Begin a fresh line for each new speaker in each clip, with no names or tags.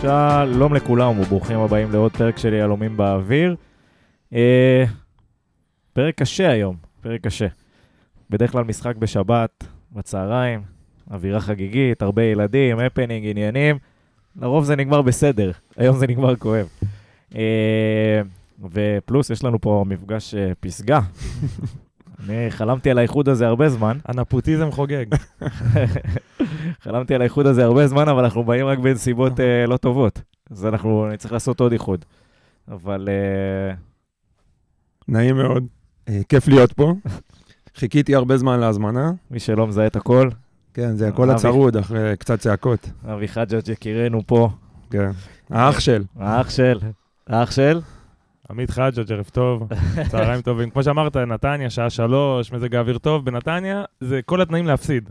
שלום לכולם וברוכים הבאים לעוד פרק של יהלומים באוויר. אה, פרק קשה היום, פרק קשה. בדרך כלל משחק בשבת, בצהריים, אווירה חגיגית, הרבה ילדים, הפנינג, עניינים. לרוב זה נגמר בסדר, היום זה נגמר כואב. אה, ופלוס, יש לנו פה מפגש אה, פסגה. אני חלמתי על האיחוד הזה הרבה זמן.
הנפוטיזם חוגג.
חלמתי על האיחוד הזה הרבה זמן, אבל אנחנו באים רק בנסיבות אה, לא טובות. אז אנחנו נצטרך לעשות עוד איחוד. אבל אה,
נעים מאוד. אה, כיף להיות פה. חיכיתי הרבה זמן להזמנה.
מי שלא מזהה את הכל,
כן, זה הקול
אבי.
הצרוד אחרי קצת צעקות.
אבי חג'ג' יקירנו פה,
כן. האח של.
האח של, האח של,
עמית חג'ג', ערב טוב, צהריים טובים. כמו שאמרת, נתניה, שעה שלוש, מזג האוויר טוב. בנתניה זה כל התנאים להפסיד.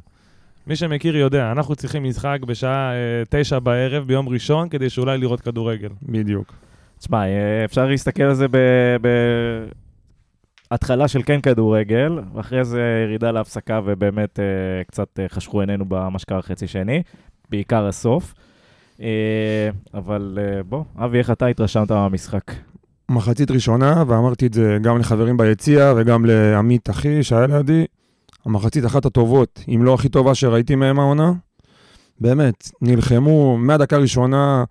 מי שמכיר יודע, אנחנו צריכים משחק בשעה אה, תשע בערב ביום ראשון כדי שאולי לראות כדורגל.
בדיוק.
תשמע, אה, אפשר להסתכל על זה ב- ב- התחלה של כן כדורגל, ואחרי זה ירידה להפסקה ובאמת אה, קצת אה, חשכו עינינו במה שקרה חצי שני, בעיקר הסוף. אה, אבל אה, בוא, אבי, איך אתה התרשמת מהמשחק?
מחצית ראשונה, ואמרתי את זה גם לחברים ביציע וגם לעמית אחי שהיה לידי, המחצית אחת הטובות, אם לא הכי טובה שראיתי מהם העונה. באמת, נלחמו מהדקה הראשונה,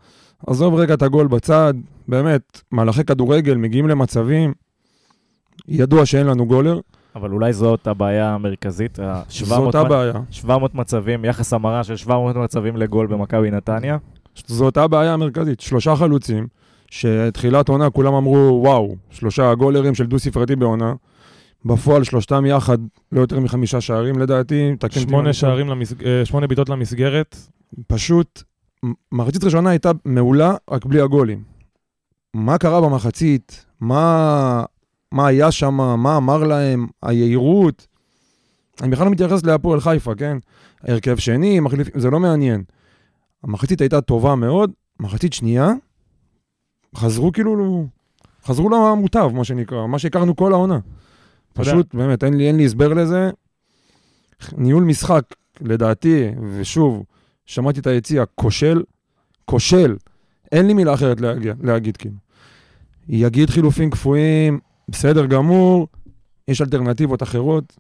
עזוב רגע את הגול בצד, באמת, מהלכי כדורגל, מגיעים למצבים. ידוע שאין לנו גולר,
אבל אולי זאת הבעיה המרכזית, ה- 700
זאת
מ-
הבעיה.
700 מצבים, יחס המרה של 700 מצבים לגול במכבי נתניה.
זו אותה הבעיה המרכזית, שלושה חלוצים, שתחילת עונה כולם אמרו, וואו, שלושה גולרים של דו-ספרתי בעונה. בפועל שלושתם יחד, לא יותר מחמישה שערים לדעתי. תקן אותי אם אני
שמונה
טועה.
שערים, למסג... אה, שמונה בעיטות למסגרת.
פשוט, מ- מחצית ראשונה הייתה מעולה, רק בלי הגולים. מה קרה במחצית? מה, מה היה שם? מה אמר להם? היהירות? אני בכלל לא מתייחס להפועל חיפה, כן? הרכב שני, מחליפים, זה לא מעניין. המחצית הייתה טובה מאוד, מחצית שנייה, חזרו כאילו, חזרו למוטב, מה שנקרא, מה שהכרנו כל העונה.
יודע.
פשוט, באמת, אין לי, אין לי הסבר לזה. ניהול משחק, לדעתי, ושוב, שמעתי את היציע, כושל, כושל. אין לי מילה אחרת להגיע, להגיד, כאילו. יגיד חילופים קפואים, בסדר גמור, יש אלטרנטיבות אחרות.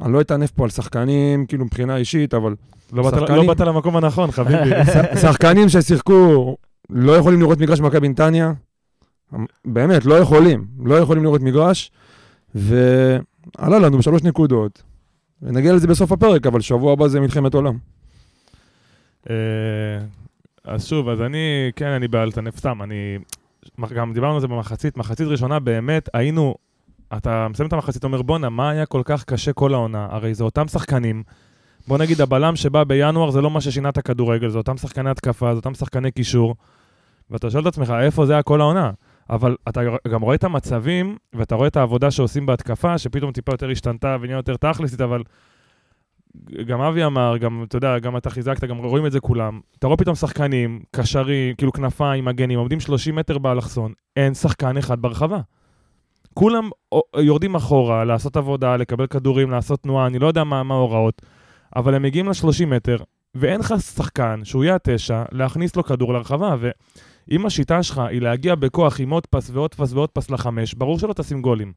אני לא אטנף פה על שחקנים, כאילו מבחינה אישית, אבל
לא באת,
שחקנים.
לא באת למקום הנכון, חביבי.
ש- שחקנים ששיחקו לא יכולים לראות מגרש במכבי נתניה. באמת, לא יכולים. לא יכולים לראות מגרש. ועלה לנו בשלוש נקודות. נגיע לזה בסוף הפרק, אבל שבוע הבא זה מלחמת עולם.
אה, אז שוב, אז אני, כן, אני באלטנף סתם, אני... גם דיברנו על זה במחצית, מחצית ראשונה באמת היינו, אתה מסיים את המחצית, אומר בואנה, מה היה כל כך קשה כל העונה? הרי זה אותם שחקנים. בוא נגיד, הבלם שבא בינואר זה לא מה ששינה את הכדורגל, זה אותם שחקני התקפה, זה אותם שחקני קישור. ואתה שואל את עצמך, איפה זה היה כל העונה? אבל אתה גם רואה את המצבים, ואתה רואה את העבודה שעושים בהתקפה, שפתאום טיפה יותר השתנתה ונהיה יותר תכלסית, אבל גם אבי אמר, גם, אתה יודע, גם אתה חיזקת, גם רואים את זה כולם. אתה רואה פתאום שחקנים, קשרים, כאילו כנפיים, מגנים, עומדים 30 מטר באלכסון, אין שחקן אחד ברחבה. כולם או- יורדים אחורה, לעשות עבודה, לקבל כדורים, לעשות תנועה, אני לא יודע מה מה ההוראות, אבל הם מגיעים ל-30 מטר, ואין לך שחקן שהוא יהיה התשע, להכניס לו כדור לרחבה, ואם השיטה שלך היא להגיע בכוח עם עוד פס ועוד פס ועוד פס לחמש, ברור שלא תשים גולים.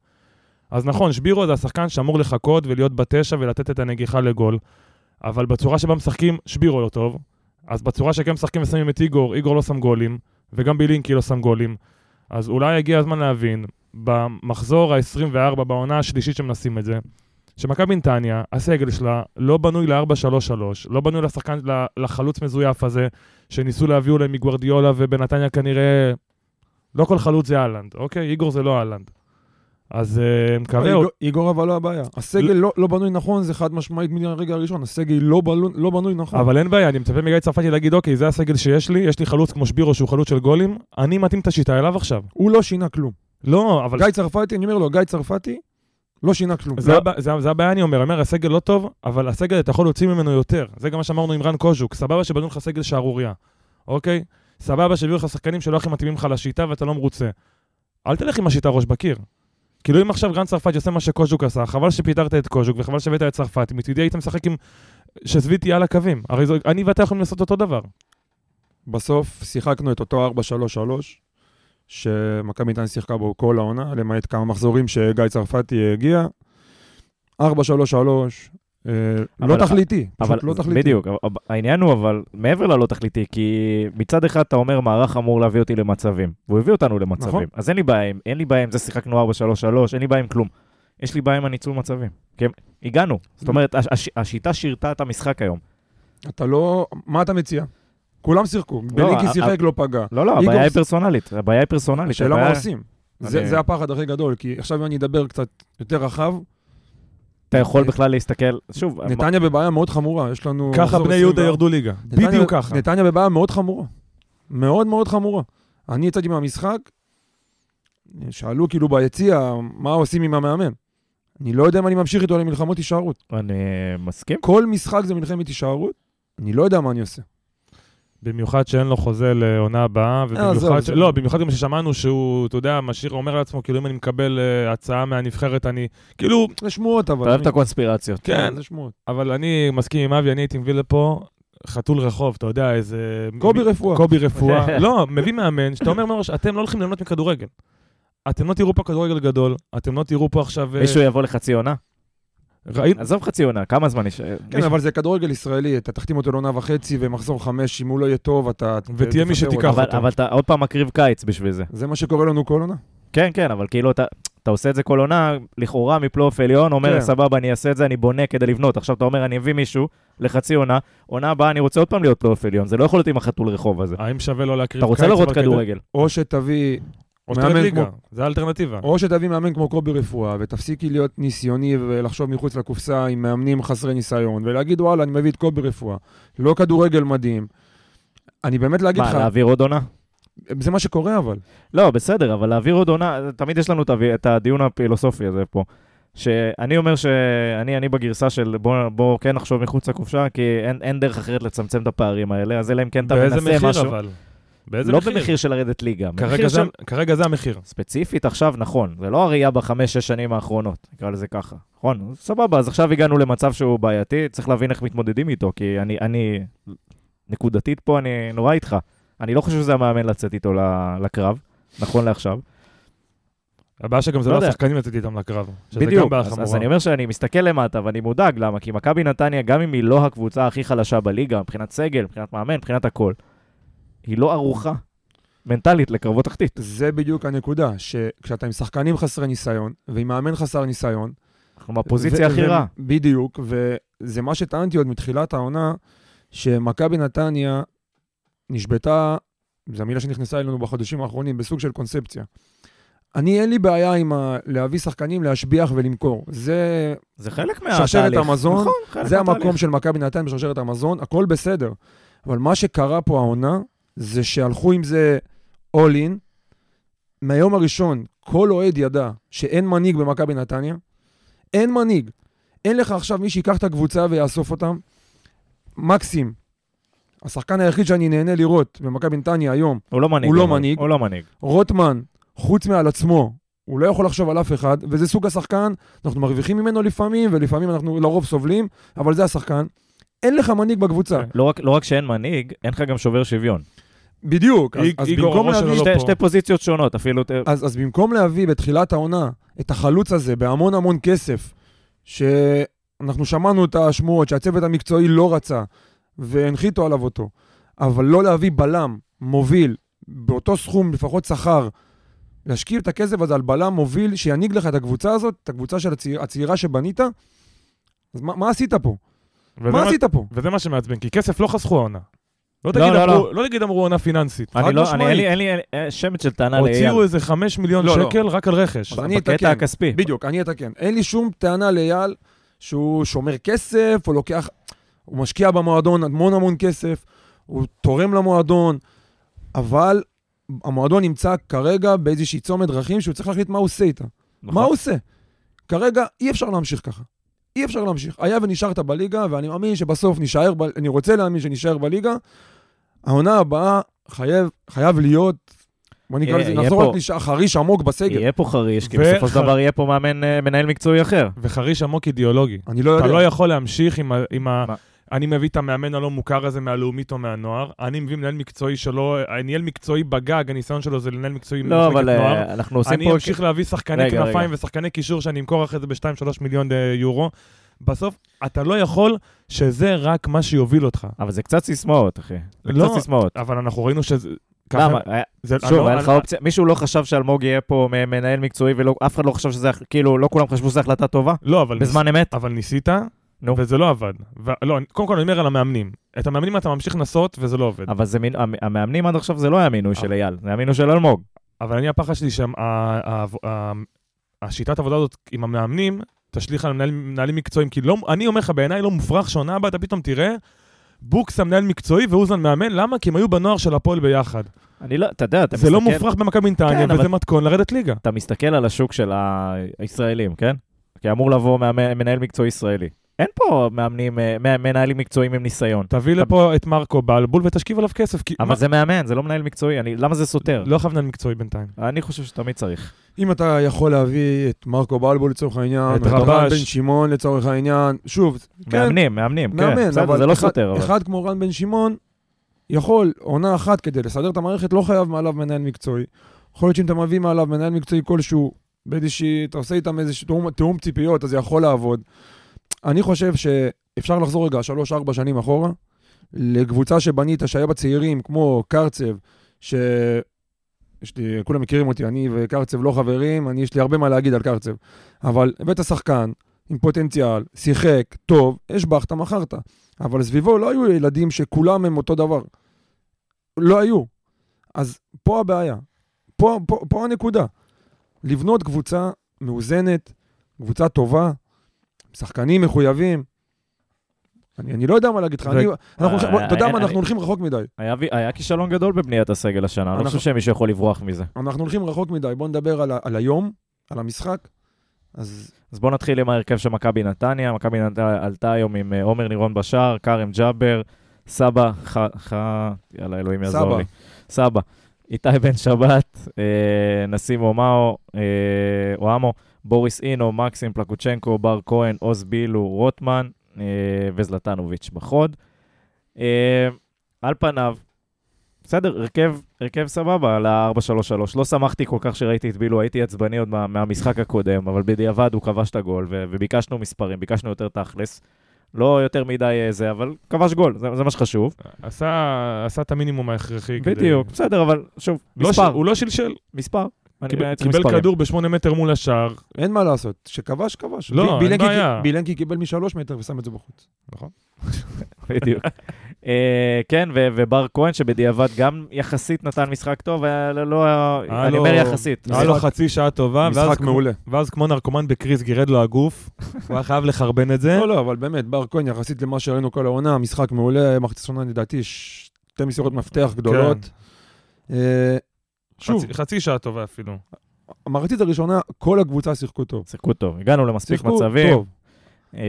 אז נכון, שבירו זה השחקן שאמור לחכות ולהיות בתשע ולתת את הנגיחה לגול, אבל בצורה שבה משחקים, שבירו לא טוב. אז בצורה שכן משחקים ושמים את איגור, איגור לא שם גולים, וגם בילינקי לא שם גולים. אז אולי הגיע הזמן להבין, במחזור ה-24, בעונה השלישית שמנסים את זה, שמכבי נתניה, הסגל שלה לא בנוי ל-4-3-3, לא בנוי לשחקן, ל- לחלוץ מזויף הזה, שניסו להביא אולי מגוורדיולה, ובנתניה כנראה... לא כל חלוץ זה אהלנד, אוקיי? איגור זה לא אהלנד. אז אה, מקווה...
איגור- איגור אבל לא הבעיה. הסגל לא- לא בנוי נכון, זה חד משמעית מהרגע הראשון. הסגל לא בלו- לא בנוי נכון.
אבל אין בעיה, אני מצפה מגיא צרפתי להגיד, אוקיי, זה הסגל שיש לי, יש לי חלוץ כמו שבירו שהוא חלוץ של גולים, אני מתאים את השיטה אליו עכשיו.
הוא לא שינה כלום.
לא, אבל...
גיא צרפתי, אני אומר לו, גיא צרפתי, לא שינה כלום.
זה, הבע- זה, זה הבעיה, אני אומר, אני אומר, הסגל לא טוב, אבל הסגל, אתה יכול להוציא ממנו יותר. זה גם מה שאמרנו עם רן קוז'וק, סבבה שבנו לך סגל שערורייה, אוקיי? סבבה שהביאו לך שחקנים שלא הכי מתאימים לך לשיטה ואתה לא מרוצה. אל תלך עם השיטה ראש בקיר. כאילו אם עכשיו רן צרפתי עושה מה שקוז'וק עשה, חבל שפיטרת את קוז'וק וחבל שהבאת את צרפתי, מצידי היית משחק עם... שזביט יהיה על הקווים. הרי זו... אני ואתה יכולים לעשות אותו דבר.
בסוף שיחקנו את אותו 4-3-3, שמכבי נתניה שיחקה בו כל העונה, למעט כמה מחזורים שגיא צרפתי הגיע. 4-3-3, אה, לא
אבל-
תכליתי,
אבל,
פשוט לא תכליתי.
בדיוק, אבל- העניין הוא אבל מעבר ללא תכליתי, כי מצד אחד אתה אומר מערך אמור להביא אותי למצבים, והוא הביא אותנו למצבים.
נכון.
אז אין לי בעיה עם, אין לי בעיה עם זה שיחקנו 4-3-3, אין לי בעיה עם כלום. יש לי בעיה עם הניצול מצבים. כי הם- הגענו. זאת אומרת, הש, הש, השיטה שירתה את המשחק היום.
אתה לא... מה אתה מציע? כולם שיחקו, בליקי
ה-
שיחק, לא פגע.
לא, לא,
איגור
הבעיה היא
ס-
פרסונלית. הבעיה היא פרסונלית.
השאלה
הבעיה-
מה עושים. זה
אני-
זה הפחד הכי גדול, כי עכשיו אם אני אדבר קצת יותר רחב,
אתה יכול בכלל להסתכל, שוב,
נתניה בבעיה מאוד חמורה, יש לנו...
ככה
מחזור
בני יהודה
24.
ירדו ליגה.
נתניה-
בדיוק ככה.
נתניה בבעיה מאוד חמורה. מאוד מאוד חמורה. אני יצאתי מהמשחק, שאלו כאילו ביציע, מה עושים עם המאמן? אני לא יודע אם אני ממשיך איתו למלחמות הישארות.
אני מסכים.
כל משחק זה מלחמת הישארות, אני לא יודע מה אני עושה.
במיוחד שאין לו חוזה לעונה הבאה,
עזוב,
ובמיוחד... ש...
זה-
לא, במיוחד גם ששמענו שהוא, אתה יודע, משאיר, אומר לעצמו, כאילו, אם אני מקבל אה, הצעה מהנבחרת, אני... כאילו,
זה שמועות, אבל...
אתה אוהב
אני-
את הקונספירציות.
כן,
זה שמועות.
אבל אני מסכים עם אבי, אני הייתי מביא לפה חתול רחוב, אתה יודע, איזה...
קובי
מ-
רפואה.
קובי רפואה. לא, מביא מאמן, שאתה אומר מראש, אתם לא הולכים ליהנות מכדורגל. אתם לא תראו פה כדורגל גדול, אתם לא תראו פה עכשיו... אה,
מישהו יבוא לחצי עונה?
ראינו...
עזוב חצי עונה, כמה זמן יש?
כן, אבל זה כדורגל ישראלי, אתה תחתים אותו לעונה וחצי ומחזור חמש, אם הוא לא יהיה טוב, אתה...
ותהיה מי
תפטר
שתיקח
אותו.
אבל,
אותו.
אבל אתה עוד פעם מקריב קיץ בשביל זה.
זה מה שקורה לנו כל עונה.
כן, כן, אבל כאילו אתה, אתה עושה את זה כל עונה, לכאורה מפלייאוף עליון, אומר,
כן.
סבבה, אני אעשה את זה, אני בונה כדי לבנות. עכשיו אתה אומר, אני אביא מישהו לחצי עונה, עונה הבאה אני רוצה עוד פעם להיות פלייאוף עליון, זה לא יכול להיות עם החתול רחוב הזה.
האם שווה לא להקריב
אתה רוצה
קיץ,
לראות
אבל כדי-
כדורגל.
או שתביא
או
מאמן
שתרד ליגה,
כמו-
זה האלטרנטיבה.
או שתביא מאמן כמו קובי רפואה, ותפסיקי להיות ניסיוני ולחשוב מחוץ לקופסה עם מאמנים חסרי ניסיון, ולהגיד, וואלה, אני מביא את קובי רפואה. לא כדורגל מדהים. אני באמת להגיד
מה,
לך,
להעביר עוד עונה?
זה מה שקורה אבל.
לא, בסדר, אבל להעביר עוד עונה, תמיד יש לנו את הוו- את הדיון הפילוסופי הזה פה. שאני אומר שאני אני בגרסה של בוא, בוא כן נחשוב מחוץ לקופשה, כי אין, אין דרך אחרת לצמצם את הפערים האלה, אז אלא אם כן אתה מנסה
באיזה
משהו.
מחיר אבל? באיזה
לא
מחיר?
במחיר של לרדת ליגה,
כרגע
במחיר
זה-
של...
כרגע זה המחיר.
ספציפית עכשיו, נכון, זה לא הראייה בחמש-שש שנים האחרונות, נקרא לזה ככה. נכון, אז סבבה, אז עכשיו הגענו למצב שהוא בעייתי, צריך להבין איך מתמודדים איתו, כי אני, אני נקודתית פה, אני נורא איתך. אני לא חושב שזה המאמן לצאת איתו ל- לקרב, נכון לעכשיו.
הבעיה שגם זה
לא
לא
יודע.
השחקנים לצאת איתם לקרב. שזה גם
בדיוק,
בעיה
אז,
חמורה.
אז אני אומר שאני מסתכל למטה ואני מודאג, למה? כי מכבי נתניה, גם אם היא לא הקבוצה הכי חלשה בליגה, מבחינת סגל, מבחינת מאמן, מבחינת הכל, היא לא ערוכה מנטלית לקרבות תחתית.
זה בדיוק הנקודה, שכשאתה עם שחקנים חסרי ניסיון, ועם מאמן חסר ניסיון...
אנחנו בפוזיציה
ו-
הכי
ו-
רעה.
בדיוק, וזה מה שטענתי עוד מתחילת העונה, שמכבי נתניה נשבתה, זו המילה שנכנסה אלינו בחודשים האחרונים, בסוג של קונספציה. אני, אין לי בעיה עם ה... להביא שחקנים, להשביח ולמכור. זה,
זה חלק
שרשרת
מהתהליך.
המזון,
נכון, חלק
זה
מהתהליך.
המקום של מכבי נתניה בשרשרת המזון, הכל בסדר. אבל מה שקרה פה העונה, זה שהלכו עם זה all in. מהיום הראשון, כל אוהד ידע שאין מנהיג במכבי נתניה. אין מנהיג. אין לך עכשיו מי שיקח את הקבוצה ויאסוף אותם. מקסים, השחקן היחיד שאני נהנה לראות במכבי נתניה היום,
הוא לא מנהיג.
הוא לא
אבל.
מנהיג.
הוא לא מנהיג.
רוטמן, חוץ מעל עצמו, הוא לא יכול לחשוב על אף אחד, וזה סוג השחקן, אנחנו מרוויחים ממנו לפעמים, ולפעמים אנחנו לרוב סובלים, אבל זה השחקן. אין לך מנהיג בקבוצה.
לא רק, לא רק שאין מנהיג, אין לך גם שובר שוויון.
לא בדיוק. אז,
איג-
אז,
איגור,
במקום
הראש שלו
להביא,
לא
שתי,
פה.
שתי פוזיציות שונות, אפילו... ת-
אז, אז במקום להביא בתחילת העונה את החלוץ הזה בהמון המון כסף, שאנחנו שמענו את השמועות שהצוות המקצועי לא רצה, והנחיתו עליו אותו, אבל לא להביא בלם מוביל באותו סכום, לפחות שכר, להשקיע את הכסף הזה על בלם מוביל שינהיג לך את הקבוצה הזאת, את הקבוצה של הצעיר, הצעירה שבנית, אז מה, מה עשית פה?
וזה
מה עשית פה?
וזה מה שמעצבן, כי כסף לא חסכו העונה. לא
לא,
תגיד
לא,
אמרו- לא תגיד אמרו עונה פיננסית.
אני
חד
לא, אני, אין
משמעית.
לי, אין לי אין- אין שמץ של טענה לאייל.
הוציאו איזה 5 מיליון
לא, לא.
שקל רק על רכש.
אז אני אתקן.
בקטע הכספי.
בדיוק, אני אתקן. אין לי שום טענה לאייל שהוא שומר כסף, הוא לוקח, הוא משקיע במועדון המון המון כסף, הוא תורם למועדון, אבל המועדון נמצא כרגע באיזושהי צומת דרכים שהוא צריך להחליט מה הוא עושה איתה.
נכון.
מה הוא עושה? כרגע אי אפשר להמשיך ככה. אי אפשר להמשיך. היה ונשארת בליגה, ואני מאמין שבסוף נישאר, ב... אני רוצה להאמין שנישאר בליגה. העונה הבאה חייב, חייב להיות, בוא נקרא
אה, יהיה-
לזה,
יהיה
נחזור
פה-
רק נשאר חריש עמוק בסגל.
יהיה פה חריש, כי
ו-
בסופו של
ח-
דבר יהיה פה מאמן, אה, מנהל מקצועי אחר.
וחריש עמוק אידיאולוגי.
אני לא יודע.
אתה לא יכול להמשיך עם ה- עם ה...
מה?
אני מביא את המאמן הלא מוכר הזה מהלאומית או מהנוער, אני מביא מנהל מקצועי שלו, ניהל מקצועי בגג, הניסיון שלו זה לנהל מקצועי
לא,
במחלקת
אבל
נוער.
אה, אנחנו עושים
אני
פה...
אמשיך להביא שחקני
רגע,
כנפיים
רגע.
ושחקני קישור שאני אמכור אחרי זה ב-2-3 מיליון אה, יורו. בסוף, אתה לא יכול שזה רק מה שיוביל אותך.
אבל זה קצת סיסמאות, אחי. זה
לא,
קצת סיסמאות.
אבל אנחנו ראינו שזה... ככה-
למה? היה-
זה- אני
שוב,
לא-
היה לך
אני-
אופציה, מישהו לא חשב שאלמוג יהיה פה מ- מנהל מקצועי ואף אחד לא חשב שזה, הח- כאילו, לא כולם חשבו שזו החלטה טובה
לא, אבל...
בזמן אמת?
אבל ניסית,
נו.
וזה לא עבד. ו- לא, אני- קודם כל אני אומר על המאמנים. את המאמנים אתה ממשיך לנסות, וזה לא עובד.
אבל זה מין, המ- המאמנים עד עכשיו זה לא היה מינוי של אייל, זה היה מינוי של אלמוג.
אבל אני, הפחד שלי שהשיטת העבודה הזאת עם המאמנים תשליך על מנהל- מנהלים מקצועיים, כי לא, אני אומר לך, בעיניי לא מופרך שעונה הבאה, אתה פתאום תראה, בוקס המנהל מקצועי ואוזן מאמן, למה? כי הם היו בנוער של הפועל ביחד.
אני לא, אתה יודע, אתה
זה לא
מסתכל-
מופרך במכבי נתניה,
כן, אבל-
וזה מתכון לרדת ליגה.
אתה מסתכל על השוק של הישראלים, כן? כי אמור לבוא מאמן- מנהל מקצועי ישראלי. אין פה מאמנים, אה, מ- מנהלים מקצועיים עם ניסיון.
תביא לפה את מרקו בלבול ותשכיב עליו כסף, כי... מה-
אבל זה מאמן, זה לא מנהל מקצועי, אני- למה זה סותר?
לא חייב מנהל מקצועי בינתיים.
אני חושב שתמיד צריך.
אם אתה יכול להביא את מרקו בלבול לצורך העניין,
את
את רן
רבש.
בן שמעון לצורך העניין, שוב, כן,
מאמנים, מאמנים, כן.
מאמן,
בסדר,
אבל
זה לא
אחד-
סותר, אבל.
אחד כמו רן בן שמעון יכול, עונה אחת כדי לסדר את המערכת, לא חייב מעליו מנהל מקצועי. יכול להיות שאם אתה מביא מעליו מנהל מקצועי כלשהו, באיזושהי, אתה עושה איתם איזשהו תאום, תאום ציפיות, אז זה יכול לעבוד. אני חושב שאפשר לחזור רגע שלוש-ארבע שנים אחורה, לקבוצה שבנית, שהיה בה צעירים כמו קרצב, ש... יש לי, כולם מכירים אותי, אני וקרצב לא חברים, אני, יש לי הרבה מה להגיד על קרצב. אבל הבאת שחקן עם פוטנציאל, שיחק, טוב, השבחת, מכרת. אבל סביבו לא היו ילדים שכולם הם אותו דבר. לא היו. אז פה הבעיה. פה, פה, פה הנקודה. לבנות קבוצה מאוזנת, קבוצה טובה, שחקנים מחויבים. אני, אני לא יודע מה להגיד לך.
ו-
אני- אנחנו הולכים-
אה,
אתה יודע
אני-
מה,
אני-
אנחנו הולכים רחוק מדי.
היה וי- היה כישלון גדול בבניית הסגל השנה, אני לא
אנחנו-
חושב שמישהו יכול לברוח מזה.
אנחנו הולכים רחוק מדי. בואו נדבר על, ה- על היום, על המשחק. אז
אז בואו נתחיל עם ההרכב של מכבי נתניה. מכבי נתניה עלתה היום עם אה, עומר נירון בשער, כרם ג'אבר, סבא, ח... ח... יאללה, אלוהים יעזור
סבא.
לי. סבא. איתי בן שבת, אה, נסים אומאו, אה, אוהמו, בוריס אינו, מקסים פלקוצ'נקו, בר כהן, עוז בילו, רוטמן אה, וזלטנוביץ' בחוד. אה, על פניו, בסדר, הרכב, הרכב סבבה על ה-4-3-3. לא שמחתי כל כך שראיתי את בילו, הייתי עצבני עוד מה, מהמשחק הקודם, אבל בדיעבד הוא כבש את הגול, ו- וביקשנו מספרים, ביקשנו יותר תכלס. לא יותר מדי אה, זה, אבל כבש גול, זה, זה מה שחשוב.
עשה עשה את המינימום ההכרחי. כדי-
בדיוק, בסדר, אבל שוב,
לא ש-
מספר,
הוא לא שלשל,
מספר. אני
קיבל-
בעד צריך
קיבל
מספרים.
כדור בשמונה מטר מול השער.
אין מה לעשות. שכבש, כבש.
לא,
ב-
אין
בילנקי-
בעיה.
בילנקי קיבל משלוש מטר ושם את זה בחוץ.
בדיוק. אה, כן, ו- ובר כהן, שבדיעבד גם יחסית נתן משחק טוב, היה לו- לא...
אה,
היה
אני
לו-
אומר יחסית.
היה
לא.
לו חצי שעה טובה, אה, ואז
משחק
כמו-
מעולה.
ואז כמו נרקומן בקריז גירד לו הגוף, הוא היה חייב לחרבן את זה.
לא, לא, אבל באמת, בר כהן, יחסית למה שראינו כל העונה, משחק מעולה, מחציסונה לדעתי, שתי מסירות מפתח גדולות.
כן.
אה, שוב, לא,
חצי- חצי שעה טובה אפילו.
המחצית הראשונה, כל הקבוצה שיחקו טוב.
שיחקו טוב, הגענו למספיק
שיחקו
מצבים.
טוב.
אה,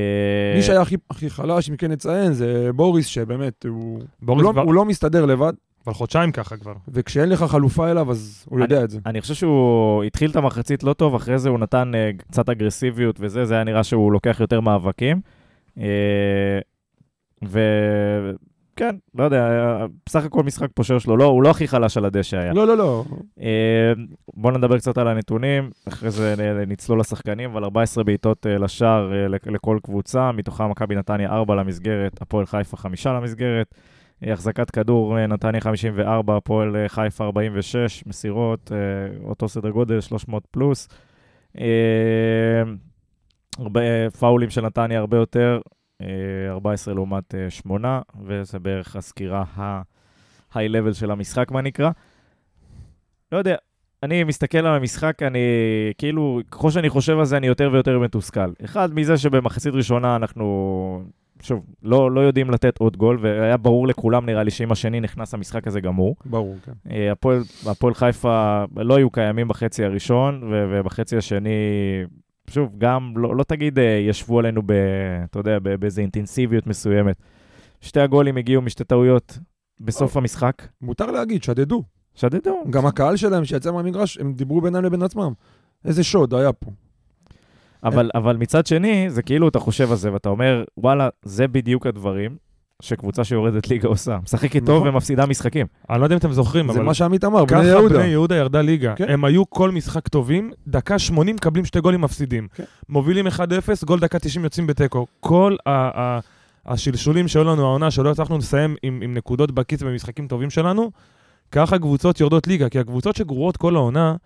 מי שהיה הכי- הכי חלש, אם כן נציין, זה בוריס, שבאמת, הוא- הוא
בוריס
לא-
כבר-
הוא לא מסתדר לבד,
כבר חודשיים ככה כבר.
וכשאין לך חלופה אליו, אז הוא יודע את זה.
אני חושב שהוא התחיל את המחצית לא טוב, אחרי זה הוא נתן אה, קצת אגרסיביות וזה, זה היה נראה שהוא לוקח יותר מאבקים. וכן, לא יודע, היה- בסך הכל משחק פושר שלו, לא, הוא לא הכי חלש על הדשא היה.
לא, לא, לא.
אה, בואו נדבר קצת על הנתונים, אחרי זה נ- נצלול לשחקנים, אבל 14 בעיטות אה, לשער אה, לכ- לכל קבוצה, מתוכם מכבי נתניה 4 למסגרת, הפועל חיפה 5 למסגרת, אה, החזקת כדור אה, נתניה 54, הפועל אה, חיפה 46, מסירות, אה, אותו סדר גודל 300 פלוס. אה, הרבה אה, פאולים של נתניה הרבה יותר, אה, 14 לעומת 8, וזה בערך הסקירה ה-high level של המשחק, מה נקרא. לא יודע, אני מסתכל על המשחק, אני כאילו, ככל שאני חושב על זה, אני יותר ויותר מתוסכל. אחד מזה שבמחצית ראשונה אנחנו, שוב, לא, לא יודעים לתת עוד גול, והיה ברור לכולם, נראה לי, שאם השני נכנס למשחק הזה גם הוא.
ברור, כן.
אה, הפועל, הפועל חיפה לא היו קיימים בחצי הראשון, ו- ובחצי השני, שוב, גם, לא, לא תגיד אה, ישבו עלינו, ב, אתה יודע, ב- באיזו אינטנסיביות מסוימת. שתי הגולים הגיעו משתי טעויות בסוף המשחק.
מותר להגיד, שדדו.
שדדו.
גם הקהל שלהם שיצא מהמגרש, הם דיברו בינם לבין עצמם. איזה שוד היה פה.
אבל, אבל מצד שני, זה כאילו אתה חושב על זה ואתה אומר, וואלה, זה בדיוק הדברים שקבוצה שיורדת ליגה עושה. משחקת טוב
נכון.
ומפסידה משחקים.
אני לא יודע אם אתם זוכרים,
זה
אבל
מה שעמית אמר, בני
ככה
יהודה.
בני יהודה ירדה ליגה.
כן.
הם היו כל משחק טובים, דקה 80 מקבלים שתי גולים מפסידים.
כן.
מובילים 1-0, גול דקה 90 יוצאים בתיקו. כל ה- ה- השלשולים שהיו לנו העונה, שלא הצלחנו לסיים עם עם נקודות בכיס במשחקים טובים שלנו, ככה קבוצות יורדות ליגה. כי הקבוצות שגרועות כל העונה,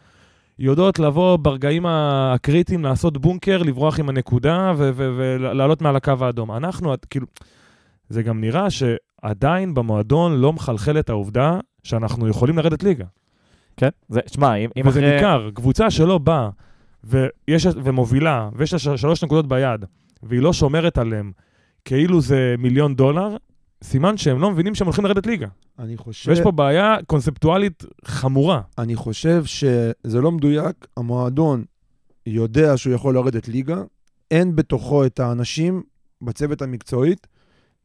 יודעות לבוא ברגעים ה- הקריטיים, לעשות בונקר, לברוח עם הנקודה ו- ו- ולעלות מעל הקו האדום. אנחנו, את- כאילו, זה גם נראה שעדיין במועדון לא מחלחלת העובדה שאנחנו יכולים לרדת ליגה.
כן? זה, תשמע, אם, אם
וזה
אחרי...
ניכר, קבוצה שלא באה ויש, ומובילה, ויש לה של- שלוש נקודות ביד, והיא לא שומרת עליהם, כאילו זה מיליון דולר, סימן שהם לא מבינים שהם הולכים לרדת ליגה.
אני חושב...
ויש פה בעיה קונספטואלית חמורה.
אני חושב שזה לא מדויק, המועדון יודע שהוא יכול לרדת ליגה, אין בתוכו את האנשים בצוות המקצועית,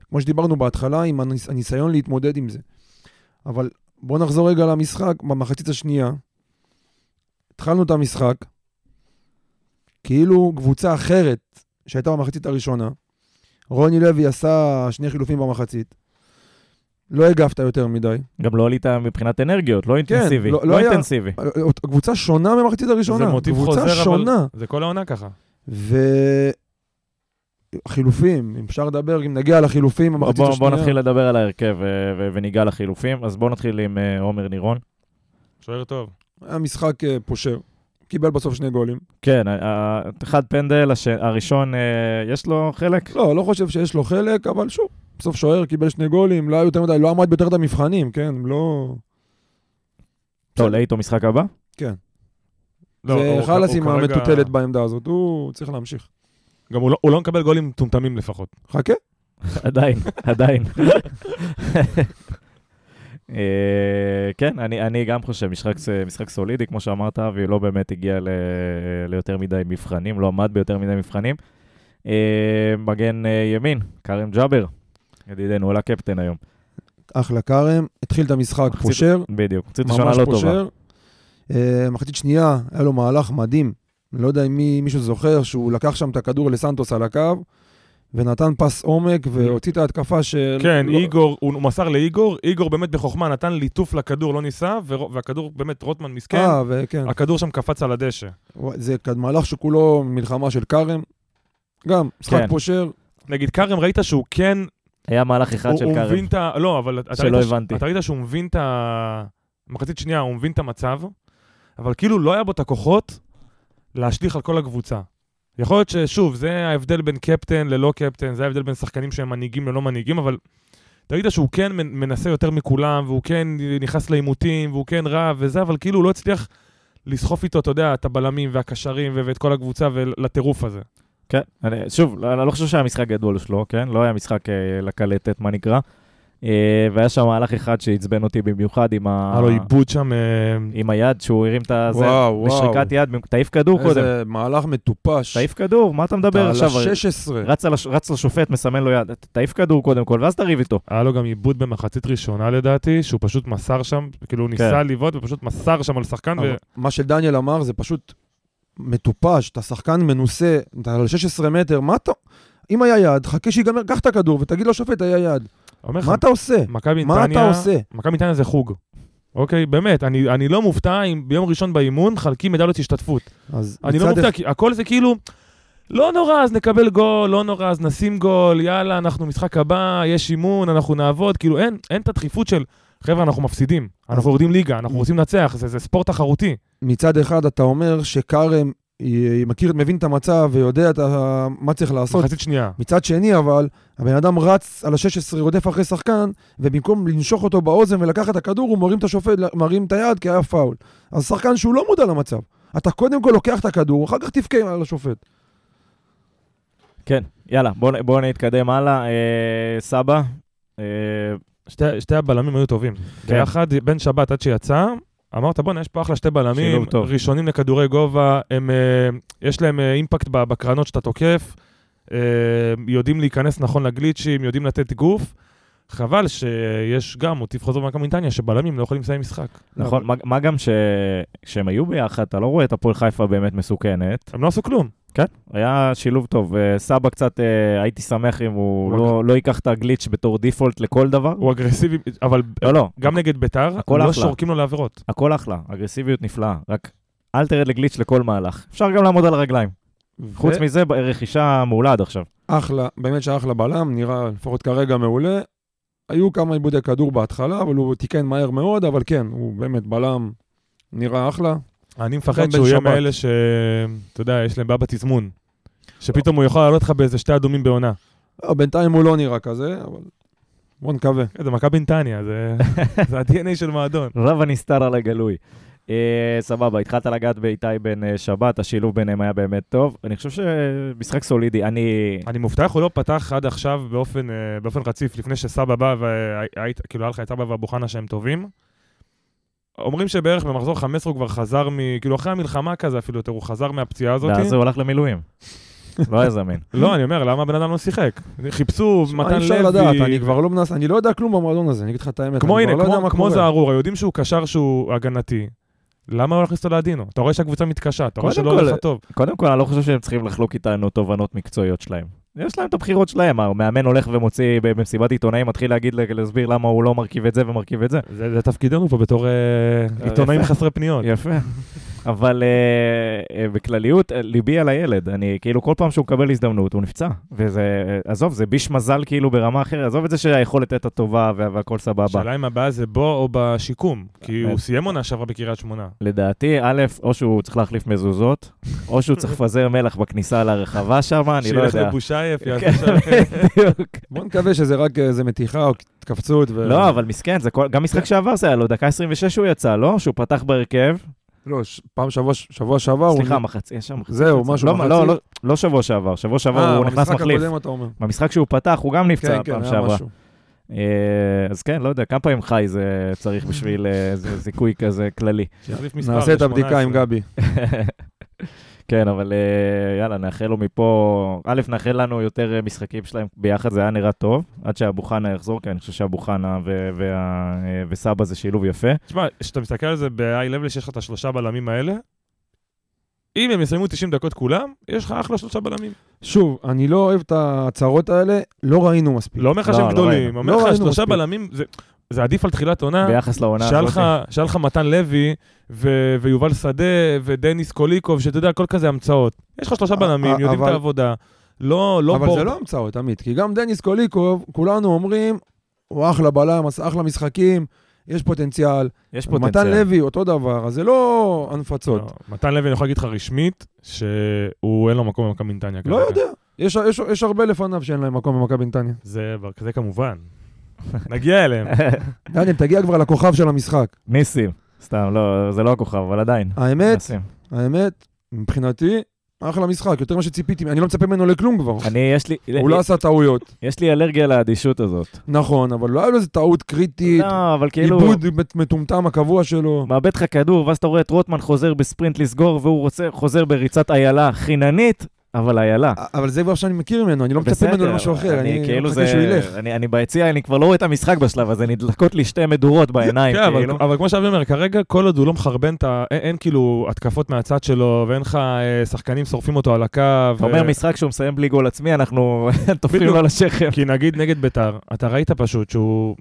כמו שדיברנו בהתחלה, עם הניס- הניסיון להתמודד עם זה. אבל בואו נחזור רגע למשחק, במחצית השנייה. התחלנו את המשחק, כאילו קבוצה אחרת שהייתה במחצית הראשונה, רוני לוי עשה שני חילופים במחצית, לא הגבת יותר מדי,
גם לא עלית מבחינת אנרגיות, לא אינטנסיבי.
לא-
לא,
לא היה-
אינטנסיבי.
קבוצה שונה ממחצית הראשונה.
זה מוטיב
קבוצה
חוזר,
שונה.
אבל זה כל העונה ככה.
וחילופים, אם אפשר לדבר, אם נגיע לחילופים
בוא,
במחצית
בוא,
השנייה.
בוא נתחיל לדבר על ההרכב אה, ו- וניגע לחילופים. אז בואו נתחיל עם אה, עומר נירון.
שוער טוב.
היה משחק אה, פושר. קיבל בסוף שני גולים.
כן, ה- ה- אחד פנדל, הש- הראשון, אה, יש לו חלק?
לא, לא חושב שיש לו חלק, אבל שוב, בסוף שוער קיבל שני גולים, לא היה יותר מדי, לא עמד ביותר את המבחנים, כן? לא...
טוב, לאיתו משחק הבא?
לא,
זה
הוא-
חלאס
הוא
עם
כרגע-
המטוטלת בעמדה הזאת, הוא צריך להמשיך.
גם הוא לא- הוא לא מקבל גולים מטומטמים לפחות.
חכה.
עדיין, עדיין. אה, כן, אני, אני גם חושב, משחק, ס- משחק סולידי, כמו שאמרת, אבי, לא באמת הגיע ל, ליותר מדי מבחנים, לא עמד ביותר מדי מבחנים. אה, מגן אה, ימין, כרם ג'אבר, ידידנו, הוא הקפטן היום.
אחלה כרם, התחיל את המשחק
מחצית-
פושר.
בדיוק, חצי ראשונה
ממש
לא טובה.
פושר. אה, מחצית שנייה, היה לו מהלך מדהים. אני לא יודע אם מי- מישהו זוכר שהוא לקח שם את הכדור לסנטוס על הקו, ונתן פס עומק והוציא את ההתקפה של...
כן,
לא-
איגור, הוא הוא מסר לאיגור, איגור באמת בחוכמה נתן ליטוף לכדור, לא ניסה, ורו- והכדור באמת, רוטמן
כן.
מסכן,
אה, וכן.
הכדור שם קפץ על הדשא.
אה.
וואי, זה כד- מהלך שכולו מלחמה של כרם. גם, משחק
כן.
פושר.
נגיד, כרם, ראית שהוא כן,
היה מהלך אחד
הוא
של
הוא
כרם,
מבין את ה... לא, אבל אתה
שלא
ראית ש-
הבנתי.
אתה ראית שהוא מבין את ה... מחצית שנייה, הוא מבין את המצב, אבל כאילו לא היה בו את הכוחות להשליך על כל הקבוצה. יכול להיות ששוב, זה ההבדל בין קפטן ללא קפטן, זה ההבדל בין שחקנים שהם מנהיגים ללא מנהיגים, אבל אתה ראית שהוא כן מנ- מנסה יותר מכולם, והוא כן נכנס לעימותים, והוא כן רב וזה, אבל כאילו הוא לא הצליח לסחוף איתו, אתה יודע, את הבלמים והקשרים ו- ואת כל הקבוצה ולטירוף הזה.
כן, אני, שוב, לא, אני לא חושב שהיה משחק גדול שלו, כן? לא היה משחק אה, לקלטת, מה נקרא. אה, והיה שם מהלך אחד שעצבן אותי במיוחד עם, ה...
היה לו עיבוד שם... אה,
עם היד, שהוא הרים את ה... זה,
וואו, וואו.
בשריקת יד, במק- תעיף כדור קודם.
איזה מהלך מטופש.
תעיף כדור, מה אתה מדבר
אתה
עכשיו?
על ה-16.
רץ, על הש... רץ לשופט, מסמן לו יד. ת- תעיף כדור קודם כל, ואז תריב איתו.
היה לו גם עיבוד במחצית ראשונה לדעתי, שהוא פשוט מסר שם, כאילו הוא ניסה
כן.
לבעוט ופשוט מסר שם על שחקן, כן, ו...
מה שדניאל אמר זה פשוט מטופש, אתה שחקן מנוסה, אתה על 16 מטר, מה אתה... אם היה יד, חכה שיגמר, קח את הכדור ותגיד לשופט, היה יד.
אומר לך,
מה אתה עושה?
מכבי
מה אתה
נתניה,
עושה?
מכבי נתניה זה חוג. אוקיי, באמת, אני, אני לא מופתע אם ביום ראשון באימון מחלקים מדליות השתתפות.
אז
אני לא
מצד
מופתע,
אחד-
כי הכל זה כאילו, לא נורא, אז נקבל גול, לא נורא, אז נשים גול, יאללה, אנחנו משחק הבא, יש אימון, אנחנו נעבוד, כאילו אין, אין את הדחיפות של, חבר'ה, אנחנו מפסידים, אנחנו יורדים ליגה, אנחנו רוצים לנצח, זה, זה ספורט תחרותי.
מצד אחד אתה אומר שכרם אה, מכיר, מבין את המצב ויודע את ה- מה צריך לעשות.
מחצית שנייה.
מצד שני, אבל, הבן אדם רץ על ה-16, רודף אחרי שחקן, ובמקום לנשוך אותו באוזן ולקחת את הכדור, הוא מרים את השופט, מרים את היד כי היה פאול. אז שחקן שהוא לא מודע למצב. אתה קודם כל לוקח את הכדור, אחר כך תבכה על השופט.
כן, יאללה, בואו בוא נתקדם הלאה. אה, סבא, אה,
שתי, שתי הבלמים היו טובים.
כן.
כן. ביחד, בן שבת עד שיצא, אמרת, בואנה, יש פה אחלה שתי בלמים,
שילוב טוב."
ראשונים לכדורי גובה, הם, אה, יש להם אה, אימפקט ב- בקרנות שאתה תוקף, אה, יודעים להיכנס נכון לגליצ'ים, יודעים לתת גוף. חבל שיש גם מוטיב חוזר במכבי נתניה, שבלמים לא יכולים לסיים משחק.
נכון, מה, מה גם ש- כשהם היו ביחד, אתה לא רואה את הפועל חיפה באמת מסוכנת.
הם לא עשו כלום.
כן.
היה שילוב טוב. אה, סבא קצת, אה, הייתי שמח אם הוא
הוא
לא- לא ייקח את הגליץ' בתור דיפולט לכל דבר.
הוא אגרסיבי, אבל
לא, לא,
גם נגד ביתר,
הכל
לא
אחלה.
שורקים לו לעבירות.
הכל אחלה, אגרסיביות נפלאה, רק אל תרד לגליץ' לכל מהלך. אפשר גם לעמוד על הרגליים. חוץ
ו-
מזה, ב- רכישה מעולה עד עכשיו.
אחלה, באמת שאחלה בלם, נראה לפחות כרגע מעולה. היו כמה עיבודי כדור בהתחלה, אבל הוא תיקן מהר מאוד, אבל כן, הוא באמת בלם, נראה אחלה.
אני
גם
מפחד
בן
שהוא יהיה
שבת.
מאלה ש... אתה יודע, יש להם בעיה בתזמון. שפתאום הוא יכול לעלות לך באיזה שתי אדומים בעונה.
אה, בינתיים הוא לא נראה כזה, אבל בוא נקווה.
כן, זה מכבי נתניה, זה זה ה-DNA של מועדון.
רב הנסתר על הגלוי. אה, סבבה, התחלת לגעת באיתי בן אה, שבת, השילוב ביניהם היה באמת טוב. אני חושב שמשחק סולידי, אני...
אני מופתע איך הוא לא פתח עד עכשיו באופן, אה, באופן רציף, לפני שסבא בא, והיית, כאילו היה לך את סבא ואבו חנה שהם טובים. אומרים שבערך במחזור 15 הוא כבר חזר מ... כאילו אחרי המלחמה כזה אפילו יותר, הוא חזר מהפציעה הזאת.
ואז הוא הלך למילואים. לא היה זמין.
לא, אני אומר, למה הבן אדם לא שיחק? חיפשו, מתן
אה, אי
לוי.
אפשר לדעת, אני כבר לא מנסה, אני לא יודע כלום במועדון הזה, אני אגיד לך את האמת.
כמו
אני
הנה,
כבר לא יודע
כמו,
מה
כמו
קורה.
זערורה, יודעים שהוא קשר שהוא הגנתי. למה הוא הכניס אותו לעדינו? אתה רואה שהקבוצה מתקשה, אתה רואה
קודם
שלא הולך
כל-
לך טוב.
קודם כל, אני לא חושב שהם צריכים לחלוק איתנו תובנות מקצועיות שלהם. יש להם את הבחירות שלהם, המאמן הולך ומוציא במסיבת עיתונאים, מתחיל להגיד, להסביר למה הוא לא מרכיב את זה ומרכיב את זה.
זה, זה תפקידנו פה בתור אה, עיתונאים חסרי פניות.
נכון.
יפה. אבל אה, אה, בכלליות, אה, ליבי על הילד. אני, כאילו, כל פעם שהוא מקבל הזדמנות, הוא נפצע. וזה, אה, עזוב, זה ביש מזל כאילו ברמה אחרת. עזוב את זה שהיכולת הייתה טובה וה- והכל סבבה.
השאלה אם הבעיה זה בו או בשיקום,
אה,
כי הוא
באמת.
סיים עונה שעברה בקריית שמונה.
לדעתי, א', או שהוא צריך להחליף מזוזות, או שהוא צריך לפזר מלח בכניסה לרחבה שם, אני לא
שילך
יודע.
לבושייף,
כן,
יעשה שם...
בדיוק.
בוא נקווה שזה רק איזה מתיחה או התכווצות. ו-
לא, אבל מסכן, זה כל- גם משחק שעבר זה היה לו, דקה 26 הוא יצא, לא? שהוא פתח בהרכב.
לא, ש- פעם שבוע, שבוע שעבר...
סליחה,
לא, הוא...
מחצי, יש שם מחצי.
זהו,
יצא.
משהו
לא,
מחצי.
לא, לא- לא שבוע שעבר, שבוע שעבר הוא נכנס
אה,
מחליף.
במשחק הקודם אתה אומר.
במשחק שהוא פתח, הוא גם נפצע
כן, כן,
פעם
היה
שעברה.
משהו.
אה, אז כן, לא יודע, כמה פעמים חי זה צריך בשביל אה, איזה זיכוי כזה כללי.
שיחליף מספר,
נעשה את הבדיקה עם
ל-18.
גבי.
כן, אבל אה, יאללה, נאחל לו מפה, א', נאחל לנו יותר אה, משחקים שלהם ביחד, זה היה נראה טוב, עד שאבו חנה יחזור, כי אני חושב שאבו חנה ו- וה- אה, וסבא זה שילוב יפה.
תשמע, כשאתה מסתכל על זה ב-high level, שיש לך את השלושה בלמים האלה, אם הם יסיימו 90 דקות כולם, יש לך אחלה שלושה בלמים.
שוב, אני לא אוהב את ההצהרות האלה, לא ראינו מספיק.
לא אומר לך
לא,
שהם
לא
גדולים,
ראינו.
אומר
לא
לך
ראינו
שלושה
מספיק.
בלמים, זה- זה עדיף על תחילת עונה.
ביחס לעונה
שהיה
הזאת.
לך- שהיה לך מתן לוי ו- ויובל שדה ודניס קוליקוב, שאתה יודע, כל כזה המצאות. יש לך שלושה
א- א-
בלמים, יודעים את
אבל-
העבודה. לא, לא
אבל
בורד.
זה לא המצאות, עמית, כי גם דניס קוליקוב, כולנו אומרים, הוא אחלה בלם, עשה אחלה משחקים, יש פוטנציאל.
יש
מתן
פוטנציאל.
לוי, אותו דבר, אז זה לא הנפצות.
לא, מתן לוי, אני יכול להגיד לך רשמית, שהוא אין לו מקום במכבי נתניה.
לא
כרגע.
יודע. יש, יש, יש הרבה לפניו שאין להם מקום במכבי נתניה.
זה זה כמובן. נגיע אליהם.
דניאל, תגיע כבר לכוכב של המשחק.
ניסים, סתם, לא, זה לא הכוכב, אבל עדיין.
האמת,
ניסים.
האמת, מבחינתי, אחלה משחק, יותר ממה שציפיתי, אני לא מצפה ממנו לכלום כבר.
אני, יש לי,
הוא לא עשה טעויות.
יש לי אלרגיה לאדישות הזאת.
נכון, אבל לא היה לו איזה טעות קריטית,
לא, אבל כאילו...
עיבוד מת- מטומטם הקבוע שלו.
מאבד לך כדור, ואז אתה רואה את רוטמן חוזר בספרינט לסגור, והוא רוצה, חוזר בריצת איילה חיננית, אבל איילה.
אבל זה כבר שאני מכיר ממנו, אני לא מצפה ממנו למשהו אחר, אני
כאילו
לא מחכה
זה-
שהוא ילך.
אני, אני ביציע, אני כבר לא רואה את המשחק בשלב הזה, נדלקות לי שתי מדורות בעיניים,
כן, אבל,
כאילו.
אבל כמו שאבי אומר, כרגע כל עוד הוא לא מחרבן את ה... אין, אין כאילו התקפות מהצד שלו, ואין לך אה, שחקנים שורפים אותו על הקו.
אתה
אה.
אומר משחק שהוא מסיים בלי גול עצמי, אנחנו תופרים
בדיוק.
לו לשכם.
כי נגיד נגד ביתר, אתה ראית פשוט שהוא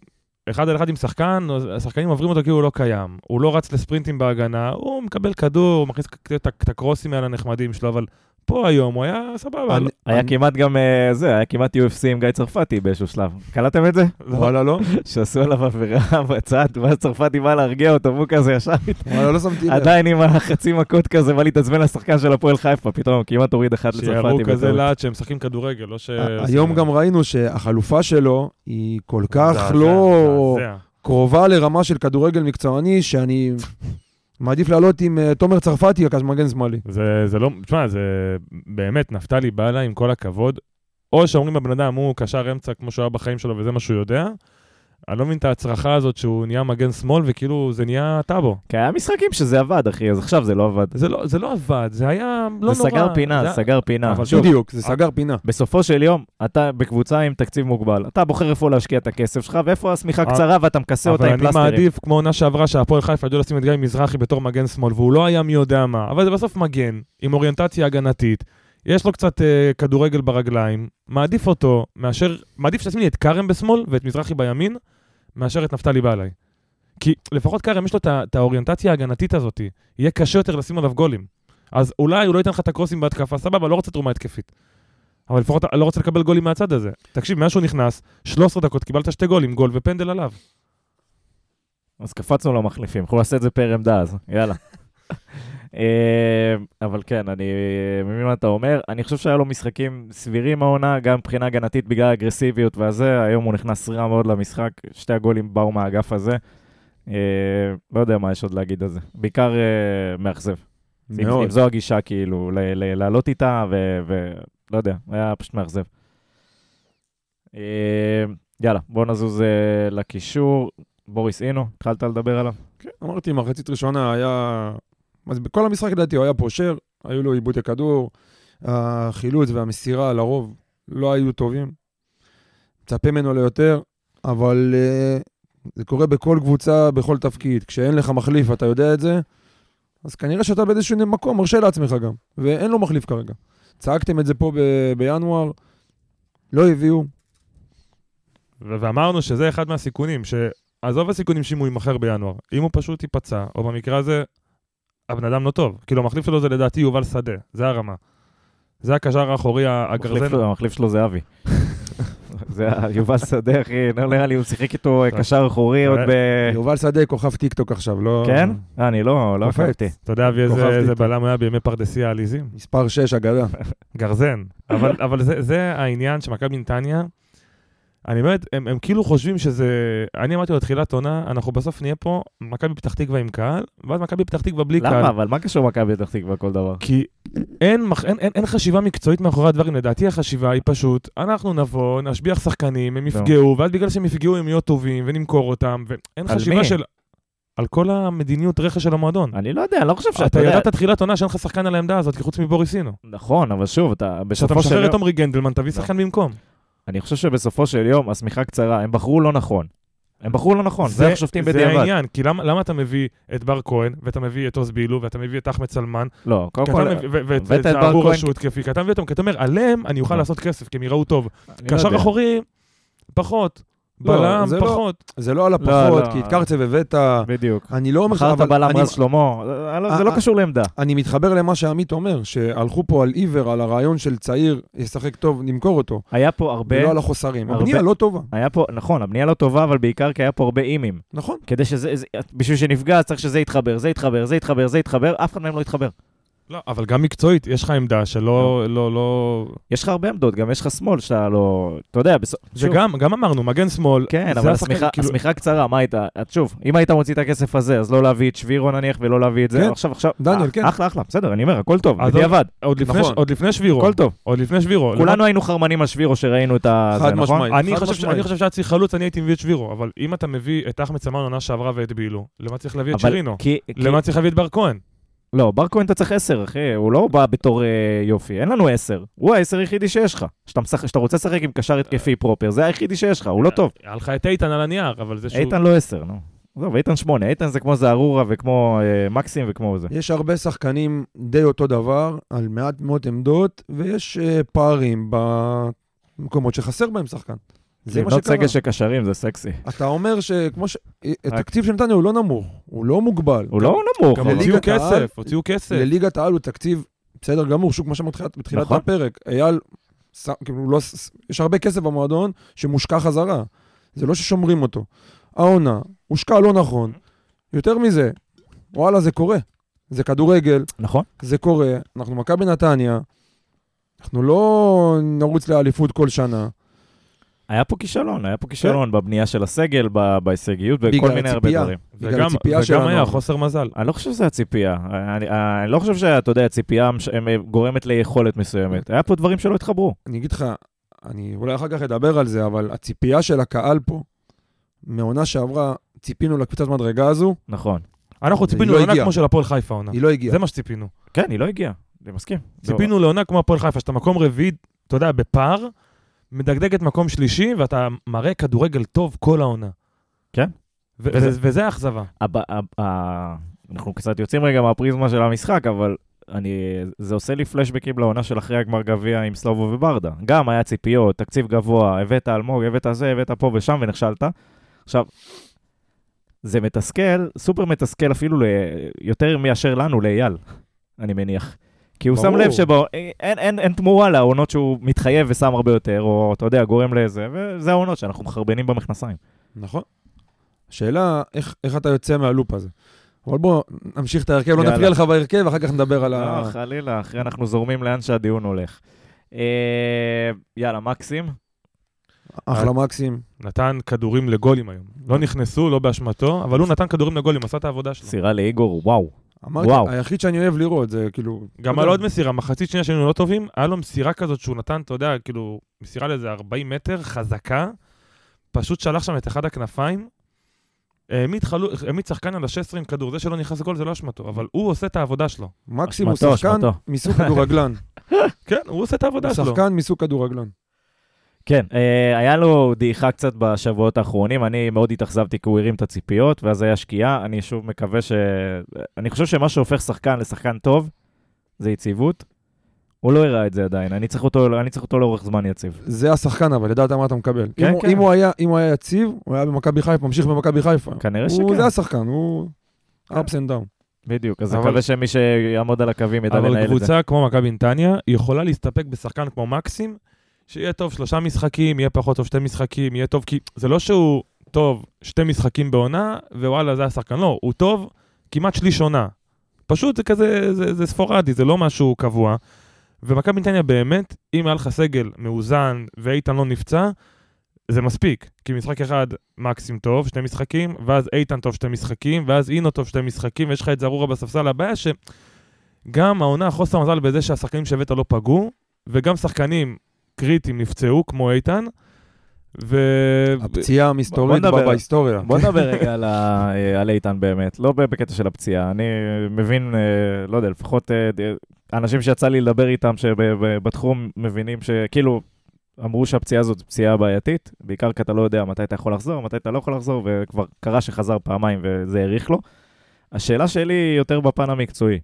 אחד על אחד עם שחקן, אז השחקנים עוברים אותו כאילו הוא לא קיים. הוא לא רץ לספרינטים בהגנה, הוא מקבל כדור, הוא מכניס את- את את הקרוסים האלה הנחמדים שלו, אבל פה היום הוא היה סבבה.
אני-
היה
אני-
כמעט גם, אה, זה, היה כמעט UFC עם גיא צרפתי באיזשהו שלב. קלטתם את זה?
וואלה, לא?
שעשו עליו עבירה בצד, ואז צרפתי בא להרגיע אותו, והוא כזה ישר
וואלה, לא שמתי לב.
עדיין עם החצי מכות כזה, בא להתעצבן לשחקן של הפועל חיפה, פתאום כמעט הוריד אחד
שירו
לצרפתי.
כזה
בטעות.
לאט שהם משחקים כדורגל, לא ש...
היום גם ראינו שהחלופה שלו היא כל כך
מזעזע,
לא
מזעזע.
קרובה לרמה של כדורגל מקצועני, שאני מעדיף לעלות עם אה, תומר צרפתי כמגן שמאלי.
זה, זה לא, תשמע, זה באמת, נפתלי בא אליי עם כל הכבוד. או שאומרים לבן אדם, הוא קשר אמצע כמו שהוא היה בחיים שלו וזה מה שהוא יודע. אני לא מבין את ההצרחה הזאת שהוא נהיה מגן שמאל וכאילו זה נהיה טאבו.
כי היה משחקים שזה עבד, אחי, אז עכשיו זה לא עבד.
זה לא, זה לא עבד, זה היה לא נורא.
זה סגר פינה, זה סגר פינה.
אבל
שוב,
בדיוק, זה סגר פינה.
בסופו של יום, אתה בקבוצה עם תקציב מוגבל. אתה בוחר איפה להשקיע את הכסף שלך, ואיפה השמיכה
אה,
קצרה ואתה מכסה
אבל
אותה עם
אני
פלסטרים.
מעדיף, כמו עונה שעברה, שהפועל חיפה ידעו לשים את גיא מזרחי בתור מגן שמאל, והוא לא היה מי יודע מה, אבל זה בסוף מגן, עם אוריינטציה הגנתית, יש לו קצת אה, כדורגל ברגליים, מעדיף אותו, מאשר, מעדיף שתשים לי את כרם בשמאל ואת מזרחי בימין, מאשר את נפתלי בעלי. כי לפחות כרם יש לו את ה- את האוריינטציה ההגנתית הזאת, יהיה קשה יותר לשים עליו גולים. אז אולי הוא לא ייתן לך את הקרוסים בהתקפה, סבבה, לא רוצה תרומה התקפית. אבל לפחות אני לא רוצה לקבל גולים מהצד הזה. תקשיב, מאז שהוא נכנס, 13 דקות קיבלת שתי גולים, גול ופנדל עליו.
אז קפצנו למחליפים, אנחנו נעשה את זה פר עמדה אז, יאללה. אה, אבל כן, אני מבין מה אתה אומר. אני חושב שהיה לו משחקים סבירים העונה, גם מבחינה הגנתית בגלל האגרסיביות והזה, היום הוא נכנס רע מאוד למשחק, שתי הגולים באו מהאגף הזה. אה, לא יודע מה יש עוד להגיד על זה. בעיקר אה, מאכזב. אם- אם
מאוד.
זו הגישה, כאילו, ל- ל- לעלות איתה, ו- ולא יודע, היה פשוט מאכזב. אה, יאללה, בואו נזוז אה, לקישור. בוריס אינו, התחלת לדבר עליו?
כן, אמרתי, מחצית ראשונה היה... אז בכל המשחק לדעתי הוא היה פושר, היו לו עיבודי כדור, החילוץ והמסירה לרוב לא היו טובים. מצפה ממנו ליותר, אבל אה, זה קורה בכל קבוצה, בכל תפקיד. כשאין לך מחליף, אתה יודע את זה, אז כנראה שאתה באיזשהו מקום מרשה לעצמך גם, ואין לו מחליף כרגע. צעקתם את זה פה ב- בינואר, לא הביאו,
ו- ואמרנו שזה אחד מהסיכונים, שעזוב הסיכונים שאם הוא יימכר בינואר, אם הוא פשוט ייפצע, או במקרה הזה, הבן אדם לא טוב. כאילו, המחליף שלו זה לדעתי יובל שדה, זה הרמה. זה הקשר האחורי,
המחליף
הגרזן.
שלו- המחליף שלו זה אבי. זה ה- יובל שדה, אחי, לא נראה לי, הוא שיחק איתו אה, קשר אחורי עוד ב...
יובל שדה כוכב טיקטוק עכשיו, לא...
אה. כן? אה, אני לא, לא
קופץ.
עקבתי.
אתה יודע, אבי,
כוכב
איזה איזה
טיטו.
בלם היה בימי פרדסיה העליזים?
מספר 6 אגדה.
גרזן. אבל, אבל זה, זה העניין שמכבי נתניה, אני באמת, הם, הם כאילו חושבים שזה... אני אמרתי לו, תחילת עונה, אנחנו בסוף נהיה פה מכבי פתח תקווה עם קהל, ואז מכבי פתח תקווה בלי קהל.
למה? אבל מה קשור מכבי פתח תקווה כל דבר?
כי אין, מח- אין, אין, אין חשיבה מקצועית מאחורי הדברים, לדעתי החשיבה היא פשוט, אנחנו נבוא, נשביח שחקנים,
לא.
הם יפגעו, ואז בגלל שהם יפגעו הם יהיו טובים, ונמכור אותם, ואין
על
חשיבה
מי?
של... על כל המדיניות רכש של המועדון.
אני לא יודע, אני לא חושב שאתה...
אתה
יודע-
ידעת תחילת עונה שאין לך שחקן על העמדה הזאת, כי חוץ מבוריסינו.
נכון, אבל שוב, אתה
כשאתה
בסופו של
משחרר
יום... לא.
את עמרי גנדלמן, תביא שחקן במקום.
אני חושב שבסופו של יום, השמיכה קצרה, הם בחרו לא נכון. הם בחרו לא נכון, זה השופטים
זה
בדיעבד.
העניין, כי למה למה אתה מביא את בר כהן, ואתה מביא את עוז בילו, ואתה מביא את אחמד סלמן,
לא, קודם
כי
כל,
אתה מביא- ו- ואת
הבאת
ואת
את בר
האבור
כהן-
שהוא התקפי, כי אתה מביא אותם, כי אתה אומר, עליהם אני אוכל
לא.
לעשות כסף, כי הם יראו טוב.
אני לא
קשר
יודע.
אחורי, פחות.
לא,
בלם,
זה לא-
פחות.
זה לא על
לא,
הפחות,
לא.
כי את קרצב הבאת...
בדיוק.
אני לא אומר לך,
מכרת
אבל
בלם
אני,
רז שלמה, אה, לא, זה לא
אה,
קשור לעמדה.
אני מתחבר למה שעמית אומר, שהלכו פה על עיוור, על הרעיון של צעיר, ישחק טוב, נמכור אותו,
היה פה הרבה,
ולא על החוסרים.
הרבה-
הבנייה לא טובה,
היה פה, נכון, הבנייה לא טובה, אבל בעיקר כי היה פה הרבה אימים.
נכון.
כדי שזה, זה- בשביל שנפגע, אז צריך שזה יתחבר, זה יתחבר, זה יתחבר, זה יתחבר, אף אחד מהם לא יתחבר.
לא, אבל גם מקצועית, יש לך עמדה שלא, לא, לא...
יש לך הרבה עמדות, גם יש לך שמאל שאתה לא... אתה יודע, בסוף... שוב,
וגם, גם אמרנו, מגן שמאל.
כן,
זה
אבל
השחקן,
השמיכה
כאילו,
השמיכה קצרה, מה הייתה? את שוב, אם היית מוציא את הכסף הזה, אז לא להביא את שבירו נניח, ולא להביא את זה,
כן.
עכשיו, עכשיו...
דניאל,
אה,
כן.
אחלה, אחלה, בסדר, אני אומר, הכל טוב,
אז
בדיעבד,
עוד לפני-
נכון.
עוד לפני שבירו.
הכל טוב.
עוד לפני שבירו.
כולנו היינו חרמנים על שבירו שראינו את ה...
חד
זה, נכון?
משמעית.
אני
חד
חושב, ש-
משמעית.
אני חושב שהיה צריך חלוץ, אני הייתי מביא את שבירו, אבל אם אתה מביא את אחמד סמן עונה שעברה ואת בילו, למה צריך להביא את
אבל
שרינו?
כי... כי-
למה צריך להביא את בר כהן?
לא, בר כהן אתה צריך עשר, אחי, הוא לא בא בתור אה, יופי, אין לנו עשר. הוא העשר היחידי שיש לך. שאתה משחק- שאתה רוצה לשחק עם קשר התקפי פרופר, זה היחידי שיש לך, הוא לא
אה,
טוב.
היה לך את איתן על הנייר, אבל זה שהוא...
איתן לא עשר, נו. עזוב, איתן שמונה, איתן זה כמו זערורה וכמו אה, מקסים וכמו זה.
יש הרבה שחקנים די אותו דבר, על מעט מאוד עמדות, ויש אה, פערים במקומות שחסר בהם שחקן. זה מה
לבנות סגל
שקרה.
לא של קשרים זה סקסי.
אתה אומר שכמו ש...
רק-
התקציב של נתניה הוא לא נמוך, הוא לא מוגבל.
הוא לא נמוך.
גם
אבל-
הוציאו
לליגת העל-
כסף, הוציאו כסף.
לליגת העל הוא תקציב בסדר גמור, שוק, מה שאמרתי לך בתחילת
נכון.
הפרק. אייל, ש- כאילו, לא, ס- יש הרבה כסף במועדון שמושקע חזרה. זה לא ששומרים אותו. העונה, הושקע לא נכון. יותר מזה, וואלה, זה קורה. זה כדורגל,
נכון.
זה קורה. אנחנו מכבי נתניה, אנחנו לא נרוץ לאליפות כל שנה.
היה פה כישלון, היה פה כישלון בבנייה של הסגל, ב- בהישגיות, בכל
כן. בגלל
מיני הרבה
הציפייה.
דברים.
בגלל
וגם-
הציפייה
וגם
שלנו.
היה חוסר מזל.
אני לא חושב שזה הציפייה. אני, אני לא חושב שאתה יודע, הציפייה מש- אה, גורמת ליכולת מסוימת. היה פה דברים שלא התחברו.
אני אגיד לך, אני אולי אחר כך אדבר על זה, אבל הציפייה של הקהל פה, מעונה שעברה, ציפינו לקפיצת מדרגה הזו,
נכון.
אנחנו
והיא
ציפינו
לא
לעונה
הגיעה.
כמו של הפועל חיפה עונה.
היא לא הגיעה.
זה מה שציפינו.
כן, היא לא הגיעה. אני מסכים.
ציפינו לעונה כמו הפועל חיפה, שאתה מקום רביעי, אתה יודע, בפער, מדגדגת מקום שלישי, ואתה מראה כדורגל טוב כל העונה.
כן.
ו-
וזה-
ו- וזה האכזבה.
הבא, הבא, אנחנו קצת יוצאים רגע מהפריזמה של המשחק, אבל אני, זה עושה לי פלשבקים לעונה של אחרי הגמר גביע עם סלובו וברדה. גם היה ציפיות, תקציב גבוה, הבאת אלמוג, הבאת זה, הבאת פה ושם ונכשלת. עכשיו, זה מתסכל, סופר מתסכל אפילו ל... יותר מאשר לנו, לאייל, אני מניח. כי הוא שם
ברור.
לב שבו, אין, אין, אין תמורה לעונות שהוא מתחייב ושם הרבה יותר, או אתה יודע, גורם לזה, וזה העונות שאנחנו מחרבנים במכנסיים.
נכון. השאלה, איך, איך אתה יוצא מהלופ הזה? אבל בוא, נמשיך את ההרכב, לא
יאללה.
נפריע לך בהרכב, אחר כך נדבר על ה...
לא, חלילה, אחרי אנחנו זורמים לאן שהדיון הולך. אה, יאללה, מקסים. אה.
אחלה מקסים.
נתן כדורים לגולים היום. לא נכנסו, לא באשמתו, אבל הוא נתן כדורים לגולים, עשה את העבודה שלו.
סירה לאיגור, וואו.
אמרתי,
וואו.
היחיד שאני אוהב לראות, זה כאילו...
גם
אתה
על
יודע,
עוד מסירה, מחצית שנייה שהיינו לא טובים, היה לו מסירה כזאת שהוא נתן, אתה יודע, כאילו, מסירה לאיזה 40 מטר, חזקה, פשוט שלח שם את אחד הכנפיים, העמיד חלו- העמיד שחקן על ה-16 עם כדור, זה שלא נכנס לגול זה לא אשמתו, אבל הוא עושה את העבודה שלו.
מקסים הוא
אשמתו,
שחקן
אשמתו.
מסוג כדורגלן.
כן, הוא עושה את העבודה
הוא
שלו.
שחקן מסוג כדורגלן.
כן, אה, היה לו דעיכה קצת בשבועות האחרונים, אני מאוד התאכזבתי כי הוא הרים את הציפיות, ואז היה שקיעה, אני שוב מקווה ש... אני חושב שמה שהופך שחקן לשחקן טוב, זה יציבות. הוא לא הראה את זה עדיין, אני צריך אותו, אני צריך אותו לאורך זמן יציב.
זה השחקן, אבל לדעת מה אתה מקבל.
כן,
אם הוא-
כן.
אם הוא היה- אם הוא היה יציב, הוא היה במכבי חיפה, ממשיך במכבי חיפה.
כנראה
הוא-
שכן,
זה השחקן, הוא
כן.
ups and down.
בדיוק, אז
אבל-
אני מקווה שמי שיעמוד על הקווים ידע
אבל
לנהל את זה.
קבוצה כמו מכבי נתניה יכולה להסתפק בשחקן כמו מקסים, שיהיה טוב שלושה משחקים, יהיה פחות טוב שתי משחקים, יהיה טוב כי... זה לא שהוא טוב שתי משחקים בעונה, ווואלה, זה השחקן. לא, הוא טוב כמעט שליש עונה. פשוט זה כזה, זה, זה ספורדי, זה לא משהו קבוע. ומכבי נתניה באמת, אם היה לך סגל מאוזן ואיתן לא נפצע, זה מספיק. כי משחק אחד מקסים טוב, שני משחקים, ואז איתן טוב, שתי משחקים, ואז אינו טוב, שתי משחקים, ויש לך את זרורה בספסל. הבעיה ש... גם העונה, חוסר מזל בזה שהשחקנים שהבאת לא פגעו, וגם שחקנים קריטיים נפצעו, כמו איתן, ו...
הפציעה המסתורית
נדבר.
בה- בהיסטוריה.
בוא נדבר רגע על, ה... אה, על איתן באמת, לא בקטע של הפציעה. אני מבין, אה, לא יודע, לפחות אה, ד- אנשים שיצא לי לדבר איתם שבתחום מבינים שכאילו אמרו שהפציעה הזאת זו פציעה בעייתית, בעיקר כי אתה לא יודע מתי אתה יכול לחזור, מתי אתה לא יכול לחזור, וכבר קרה שחזר פעמיים וזה האריך לו. השאלה שלי היא יותר בפן המקצועי.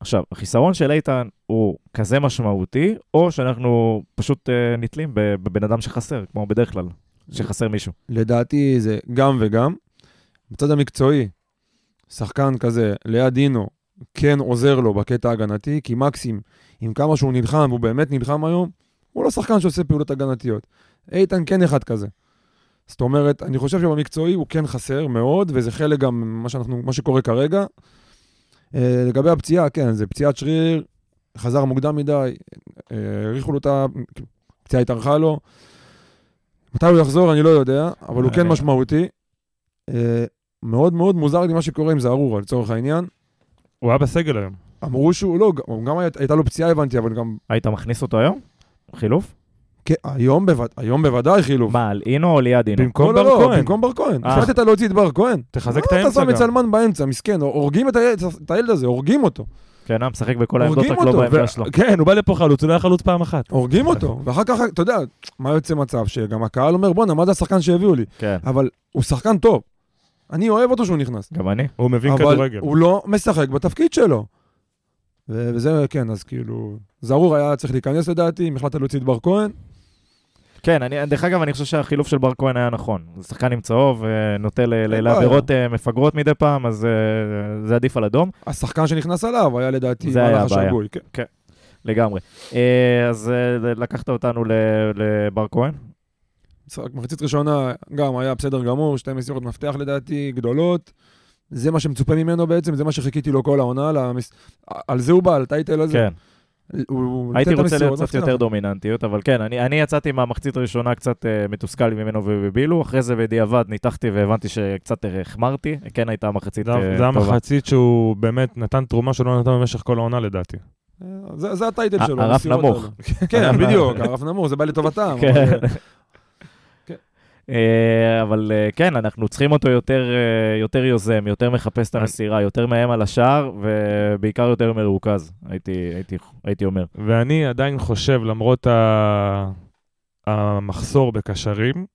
עכשיו, החיסרון של איתן הוא כזה משמעותי, או שאנחנו פשוט אה, נתלים ב- בבן אדם שחסר, כמו בדרך כלל, שחסר מישהו.
לדעתי זה גם וגם. בצד המקצועי, שחקן כזה ליד דינו כן עוזר לו בקטע ההגנתי, כי מקסים, עם כמה שהוא נלחם, והוא באמת נלחם היום, הוא לא שחקן שעושה פעולות הגנתיות. איתן כן אחד כזה. זאת אומרת, אני חושב שבמקצועי הוא כן חסר מאוד, וזה חלק גם ממה שאנחנו, מה שקורה כרגע. אה, לגבי הפציעה, כן, זה פציעת שריר, חזר מוקדם מדי, אה, האריכו לו את ה... הפציעה התארכה לו. מתי הוא יחזור, אני לא יודע, אבל הוא כן
אה,
משמעותי. אה, מאוד מאוד מוזר לי מה שקורה עם זערורה, לצורך העניין.
הוא היה בסגל היום.
אמרו שהוא, לא, גם- גם היית- הייתה לו פציעה, הבנתי, אבל גם
היית מכניס אותו היום? חילוף?
כן, היום בווד- היום בוודאי חילוף.
מה, על אינו או ליד אינו?
במקום
לא,
בר
לא, לא,
כהן.
במקום בר כהן.
אה.
החלטת להוציא את בר כהן. לא,
תחזק את
אתה שם
האמצע
את
גם.
צלמן באמצע, מסכן, הורגים את הילד- את הילד הזה, הורגים אותו.
כן, אה, משחק בכל העמדות,
הורגים
רק לא
אותו,
בעמדה
ו-
שלו.
כן, הוא בא לפה חלוץ, הוא לא היה חלוץ פעם אחת.
הורגים אותו, ואחר כך, אתה יודע, מה יוצא מצב? שגם הקהל אומר, בואנה, מה זה השחקן שהביאו לי?
כן,
אבל הוא שחקן טוב. אני אוהב אותו שהוא נכנס.
גם אני.
הוא מבין
אבל
כדורגל.
הוא לא משחק בתפקיד שלו. ו- וזה, כן, אז כאילו, זרור היה צריך להיכנס לדעתי, אם החלטת להוציא את בר כהן.
כן, אני, דרך אגב, אני חושב שהחילוף של בר כהן היה נכון. זה שחקן עם צהוב, אה, נוטה ל- ל-
בעיה.
לעבירות אה, מפגרות מדי פעם, אז אה, זה עדיף על אדום.
השחקן שנכנס עליו היה לדעתי
זה היה
מהלך
הבעיה.
השגוי. כן.
לגמרי. אה, אז אה, לקחת אותנו ל- לבר כהן?
משחק מחצית ראשונה גם היה בסדר גמור, שתי מסירות מפתח לדעתי, גדולות. זה מה שמצופה ממנו בעצם, זה מה שחיכיתי לו כל העונה, למס... על זה הוא בא, על הטייטל הזה.
כן.
הוא- הוא
הייתי
נותן את
רוצה
המסירות,
לראות קצת
מפתח.
יותר דומיננטיות, אבל כן, אני, אני יצאתי מהמחצית הראשונה קצת uh, מתוסכל ממנו ובבילו, אחרי זה בדיעבד ניתחתי והבנתי שקצת אה, החמרתי, כן הייתה מחצית אה,
זה-
טובה.
זה המחצית שהוא באמת נתן תרומה שלא נתן במשך כל העונה לדעתי.
אה, זה, זה הטייטל
ה-
שלו.
הרף
המסירות
נמוך.
האלה. כן, בדיוק, הרף נמוך, זה בא לטובתם.
כן.
אבל, אה,
כן.
אה, אבל אה, כן, אנחנו צריכים אותו יותר, אה, יותר יוזם, יותר מחפש את
אני-
המסירה, יותר מאיים על השער, ובעיקר יותר מרוכז, הייתי, הייתי, הייתי אומר.
ואני עדיין חושב, למרות ה- המחסור בקשרים,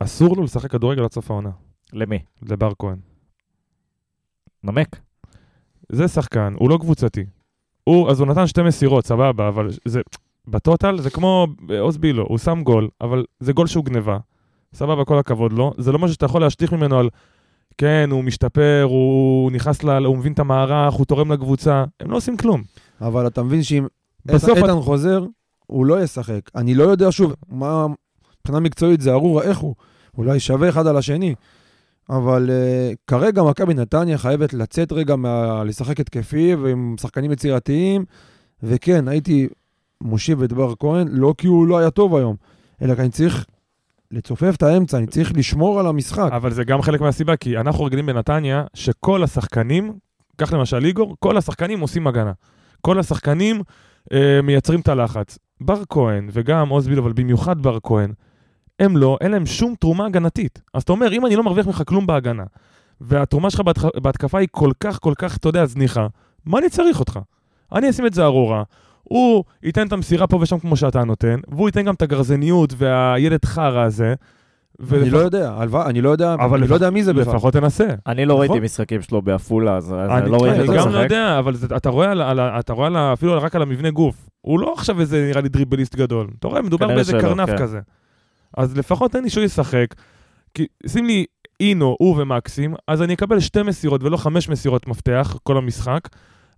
אסור לו לשחק כדורגל עד סוף העונה,
למי?
לבר כהן.
נמק.
זה שחקן, הוא לא קבוצתי. הוא, אז הוא נתן שתי מסירות, סבבה, אבל זה, בטוטל זה כמו אוסבילו, הוא שם גול, אבל זה גול שהוא גניבה. סבבה, כל הכבוד לו. זה לא משהו שאתה יכול להשליך ממנו על, כן, הוא משתפר, הוא נכנס ל... הוא מבין את המערך, הוא תורם לקבוצה. הם לא עושים כלום.
אבל אתה מבין שאם
בסוף...
בסוף... איתן חוזר, הוא לא ישחק. אני לא יודע, שוב, מה... מבחינה מקצועית זה ארורה, איך הוא? אולי שווה אחד על השני. אבל uh, כרגע מכבי נתניה חייבת לצאת רגע מה... לשחק התקפי ועם שחקנים יצירתיים. וכן, הייתי מושיב את בר כהן, לא כי הוא לא היה טוב היום, אלא כי אני צריך לצופף את האמצע, אני צריך לשמור על המשחק.
אבל זה גם חלק מהסיבה, כי אנחנו רגילים בנתניה שכל השחקנים, קח למשל איגור, כל השחקנים עושים הגנה. כל השחקנים אה, מייצרים את הלחץ. בר כהן וגם אוזביל, אבל במיוחד בר כהן, הם לא, אין להם שום תרומה הגנתית. אז אתה אומר, אם אני לא מרוויח ממך כלום בהגנה, והתרומה שלך בהתח... בהתקפה היא כל כך, כל כך, אתה יודע, זניחה, מה אני צריך אותך? אני אשים את זה ארורה, הוא ייתן את המסירה פה ושם כמו שאתה נותן, והוא ייתן גם את הגרזניות והילד חרא הזה.
אני לא יודע, הלוואי, אני לא יודע,
אבל
אני לא יודע מי זה בכלל.
לפחות תנסה.
אני לא
נכון.
ראיתי משחקים שלו בעפולה, אז אז
אני
אני לא ראיתי
אני
אותו
גם לא
משחק.
יודע, אבל זה- אתה רואה, על- על ה- אתה רואה על ה- אפילו רק על המבנה גוף. הוא לא עכשיו איזה, נראה לי, דריבליסט גדול. אתה רואה, מדובר
כנראה
באיזה
שלא,
קרנף
כן.
כזה. אז לפחות תן לי שהוא ישחק. כי שים לי אינו, הוא ומקסים, אז אני אקבל שתי מסירות ולא חמש מסירות מפתח כל המשחק,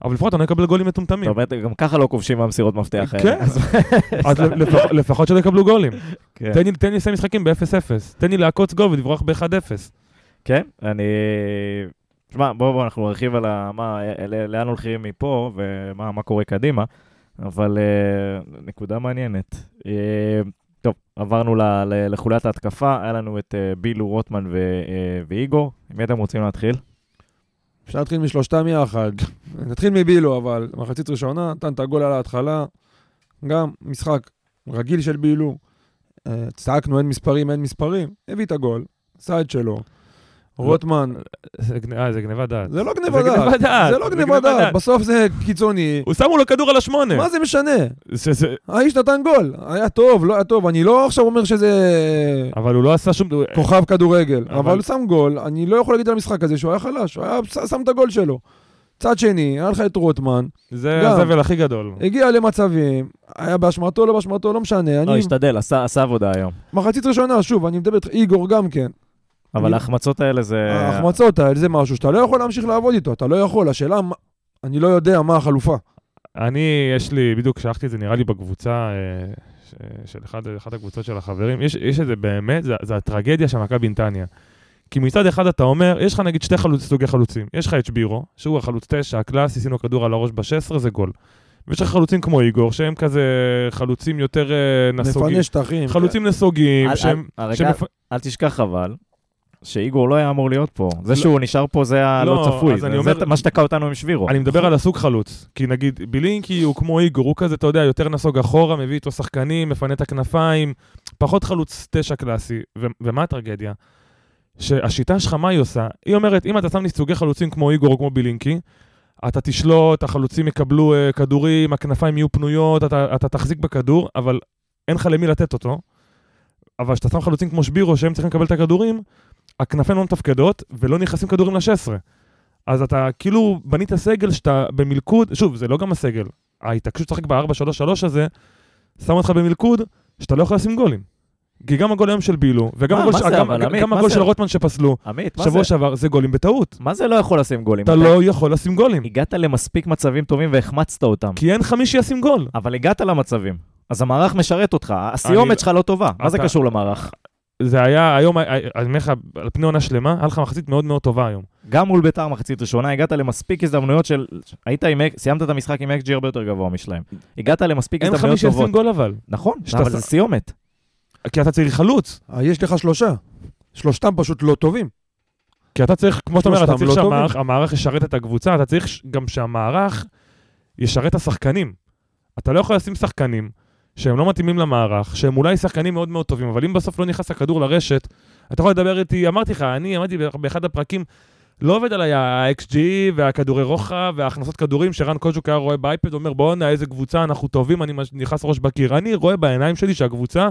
אבל לפחות אני לא אקבל גולים
זאת
מטומטמים.
אומרת, גם ככה לא כובשים מהמסירות מפתח. האלה.
כן.
אז-
אז לפח- לפחות שלא יקבלו גולים.
כן.
תן לי- תן לי לסיים משחקים ב-0-0. תן לי לעקוץ גול ולברוח ב-1-0.
כן, אני... תשמע, בואו בוא, אנחנו נרחיב על ה... מה, ל- לאן הולכים מפה ומה מה קורה קדימה, אבל אה, נקודה מעניינת. אה, טוב, עברנו ל, ל, לחוליית ההתקפה, היה לנו את אה, בילו, רוטמן ו, אה, ואיגור. עם מי אתם רוצים להתחיל?
אפשר להתחיל משלושתם יחד. נתחיל מבילו, אבל מחצית ראשונה, נתן את הגול על ההתחלה. גם משחק רגיל של בילו. אה, צעקנו אין מספרים, אין מספרים. הביא את הגול, עשה את שלו.
לא-
רוטמן,
זה גנ- אה, זה גניבת דעת.
זה לא גניבת
גניבת
דעת.
דעת,
זה לא
זה
גניבת
גניבת
דעת.
דעת.
בסוף זה קיצוני.
הוא שמו לו כדור על השמונה.
מה זה משנה?
שזה-
האיש נתן גול. היה טוב, לא היה טוב. אני לא עכשיו אומר שזה כן.
אבל הוא לא עשה שום...
כוכב כדורגל, אבל
אבל
הוא שם גול, אני לא יכול להגיד על המשחק הזה שהוא היה חלש, הוא היה ש- שם את הגול שלו. צד שני, היה לך את רוטמן,
זה
גם.
הזבל הכי גדול.
הגיע למצבים, היה באשמתו, לא באשמתו, לא משנה.
לא,
אני,
השתדל, עשה, עשה עבודה היום.
מחצית ראשונה, שוב, אני מדבר איתך, איגור גם כן.
אבל
אני-
ההחמצות האלה
אה.
זה...
ההחמצות האלה זה משהו שאתה לא יכול להמשיך לעבוד איתו, אתה לא יכול, השאלה, מה- אני לא יודע מה החלופה.
אני, יש לי, בדיוק שלחתי את זה נראה לי בקבוצה אה, ש- של אחד- אחת הקבוצות של החברים. יש- יש את זה באמת, זה- זה הטרגדיה של מכבי נתניה. כי מצד אחד אתה אומר, יש לך נגיד שתי חלוצ, סוגי חלוצים. יש לך את שבירו, שהוא החלוץ 9, הקלאסי, שים לו כדור על הראש ב-16, זה גול. ויש לך חלוצים כמו איגור, שהם כזה חלוצים יותר אה, נסוגים.
מפנה שטחים.
חלוצים נסוגים,
אל-
שהם...
אל- אה, רגע,
שמפ-
אל תשכח אבל, שאיגור לא היה אמור להיות פה. זה שהוא נשאר פה זה הלא
לא,
צפוי.
אז
זה,
אני
זה
אומר-
מה שתקע אותנו עם שבירו.
אני מדבר על הסוג חלוץ. כי נגיד בילינקי הוא כמו איגור, הוא כזה, אתה יודע, יותר נסוג אחורה, מביא איתו שחקנים, מפנה את הכנפיים, פחות חלוץ תשע קלאסי. ו- ומה הטרגדיה? שהשיטה שלך, מה היא עושה? היא אומרת, אם אתה שם לי סוגי חלוצים כמו איגור או כמו בילינקי, אתה תשלוט, החלוצים יקבלו אה, כדורים, הכנפיים יהיו פנויות, אתה, אתה תחזיק בכדור, אבל אין לך למי לתת אותו. אבל כשאתה שם חלוצים כמו שבירו, שהם צריכים לקבל את הכדורים, הכנפיים לא מתפקדות ולא נכנסים כדורים ל-16. אז אתה כאילו בנית סגל שאתה במלכוד, שוב, זה לא גם הסגל, ההתעקשות לשחק ב-4-3-3 הזה, שם אותך במלכוד שאתה לא יכול לשים גולים. כי גם הגול היום של בילו, וגם
מה,
הגול,
מה
ש...
זה,
גם,
אבל,
גם,
עמית,
גם
מה
הגול
זה?
של רוטמן שפסלו,
עמית, מה זה?
שבוע שעבר, זה גולים בטעות.
מה זה לא יכול לשים גולים?
אתה לא יכול לשים גולים,
הגעת למספיק מצבים טובים והחמצת אותם,
כי אין לך מי שישים גול.
אבל הגעת למצבים. אז המערך משרת אותך, הסיומת
אני-
שלך לא טובה. מה זה
אתה-
קשור למערך?
זה היה היום, אה, אה, אני אומר לך, על פני עונה שלמה, היה לך מחצית מאוד מאוד טובה היום.
גם מול ביתר מחצית ראשונה, הגעת למספיק הזדמנויות של... היית עם... סיימת את המשחק עם אקג'י הרבה יותר גבוה משלהם. הגעת למספיק
אין לך
הזדמנויות
מי
טובות.
שישים גול אבל,
נכון,
שאתה
אבל
ש-
זה סיומת.
כי אתה צריך חלוץ.
אה, יש לך שלושה. שלושתם פשוט לא טובים.
כי אתה צריך, כמו שאתה אומר,
שלושתם
אתה צריך
לא
שהמערך המערך ישרת את הקבוצה, אתה צריך ש- גם שהמערך ישרת את השחקנים. אתה לא יכול לשים שחקנים שהם לא מתאימים למערך, שהם אולי שחקנים מאוד מאוד טובים, אבל אם בסוף לא נכנס הכדור לרשת, אתה יכול לדבר איתי, אמרתי לך, אני עמדתי באח- באחד הפרקים, לא עובד עליי ה-XG והכדורי רוחב וההכנסות כדורים שרן קוז'וק היה רואה באייפד, אומר בואנה איזה קבוצה, אנחנו טובים, אני מש- נכנס ראש בקיר. אני רואה בעיניים שלי שהקבוצה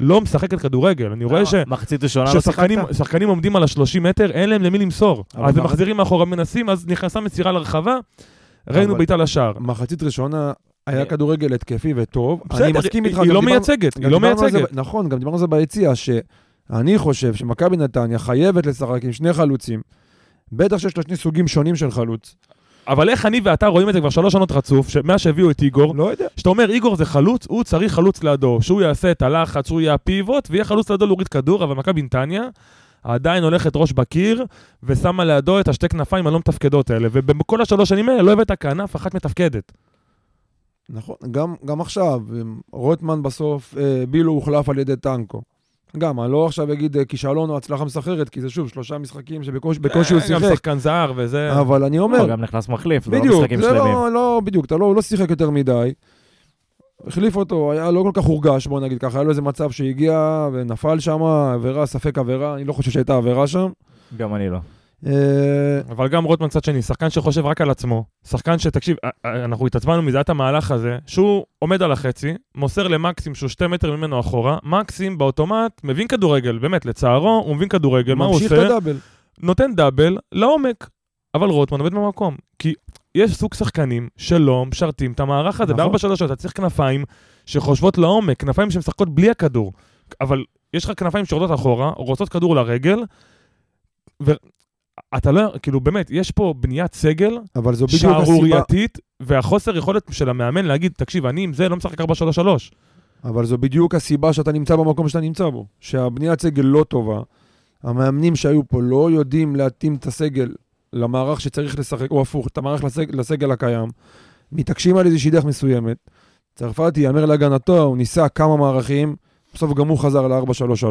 לא משחקת כדורגל, אני רואה ש...
מחצית ראשונה לא שיחקת?
ששחקנים שחקנים עומדים על ה-30 מטר, אין להם למי למסור.
אבל
אז הם
מה-
מחזירים מאחורה, מנסים, אז נכנסה מסירה לרחבה, ראינו
אבל-
בעיטה לשער.
מחצית ראשונה היה
אני-
כדורגל התקפי וטוב. אני
בסדר,
מסכים
היא-
איתך.
היא
גם
לא
דיברנו-
מייצגת,
גם
אה. היא לא
דיברנו על זה
מייצגת.
ב- נכון, גם דיברנו על זה ביציע, שאני חושב שמכבי נתניה חייבת לשחק עם שני חלוצים. בטח שיש לה שני סוגים שונים של חלוץ.
אבל איך אני ואתה רואים את זה כבר שלוש שנות רצוף, שמאז שהביאו את איגור,
לא יודע.
שאתה אומר, איגור זה חלוץ, הוא צריך חלוץ לידו, שהוא יעשה את הלחץ, שהוא יהיה הפיבוט, ויהיה חלוץ לידו להוריד כדור, אבל מכבי נתניה עדיין הולכת ראש בקיר, ושמה לידו את השתי כנפיים הלא מתפקדות האלה, ובכל השלוש שנים האלה לא הבאת כענף אחת מתפקדת.
נכון, גם, גם עכשיו, אמ, רוטמן בסוף, אה, בילו הוחלף על ידי טנקו. גם, אני לא עכשיו אגיד אה, כישלון או הצלחה מסחררת, כי זה שוב שלושה משחקים שבקושי בקושי
אה,
הוא
אה, גם
שיחק.
שחקן זר וזה...
אבל אני אומר,
הוא אה, לא, גם נכנס מחליף, זה לא
בדיוק,
משחקים
זה
שלמים.
לא, לא, בדיוק, אתה לא, הוא לא שיחק יותר מדי. החליף אותו, היה לא כל כך הורגש, בוא נגיד ככה, היה לו איזה מצב שהגיע ונפל שם, עבירה, ספק עבירה, אני לא חושב שהייתה עבירה שם.
גם אני לא.
אה,
אבל גם רוטמן צד שני, שחקן שחושב רק על עצמו, שחקן שתקשיב, א- א- אנחנו התעצבנו מזה, היה את המהלך הזה, שהוא עומד על החצי, מוסר למקסים שהוא שתי מטר ממנו אחורה, מקסים באוטומט מבין כדורגל, באמת, לצערו, הוא מבין כדורגל, מה הוא
ממשיך
עושה?
את הדאבל.
נותן דאבל לעומק, אבל רוטמן עובד במקום. כי יש סוג שחקנים שלא משרתים את המערך הזה.
נכון.
בארבע שלוש אתה צריך כנפיים שחושבות לעומק, כנפיים שמשחקות בלי הכדור. אבל יש לך כנפיים שיורדות אחורה, רוצות כדור לרגל, ואתה לא, כאילו באמת, יש פה בניית סגל
אבל זו בדיוק הסיבה,
שערורייתית, והחוסר יכולת של המאמן להגיד, תקשיב, אני עם זה לא משחק 4-3-3.
אבל זו בדיוק הסיבה שאתה נמצא במקום שאתה נמצא בו. שהבניית סגל לא טובה, המאמנים שהיו פה לא יודעים להתאים את הסגל למערך שצריך לשחק, או הפוך, את המערך לסג, לסגל הקיים, מתעקשים על איזושהי דרך מסוימת. צרפתי, יאמר להגנתו, הוא ניסה כמה מערכים, בסוף גם הוא חזר ל-4-3-3.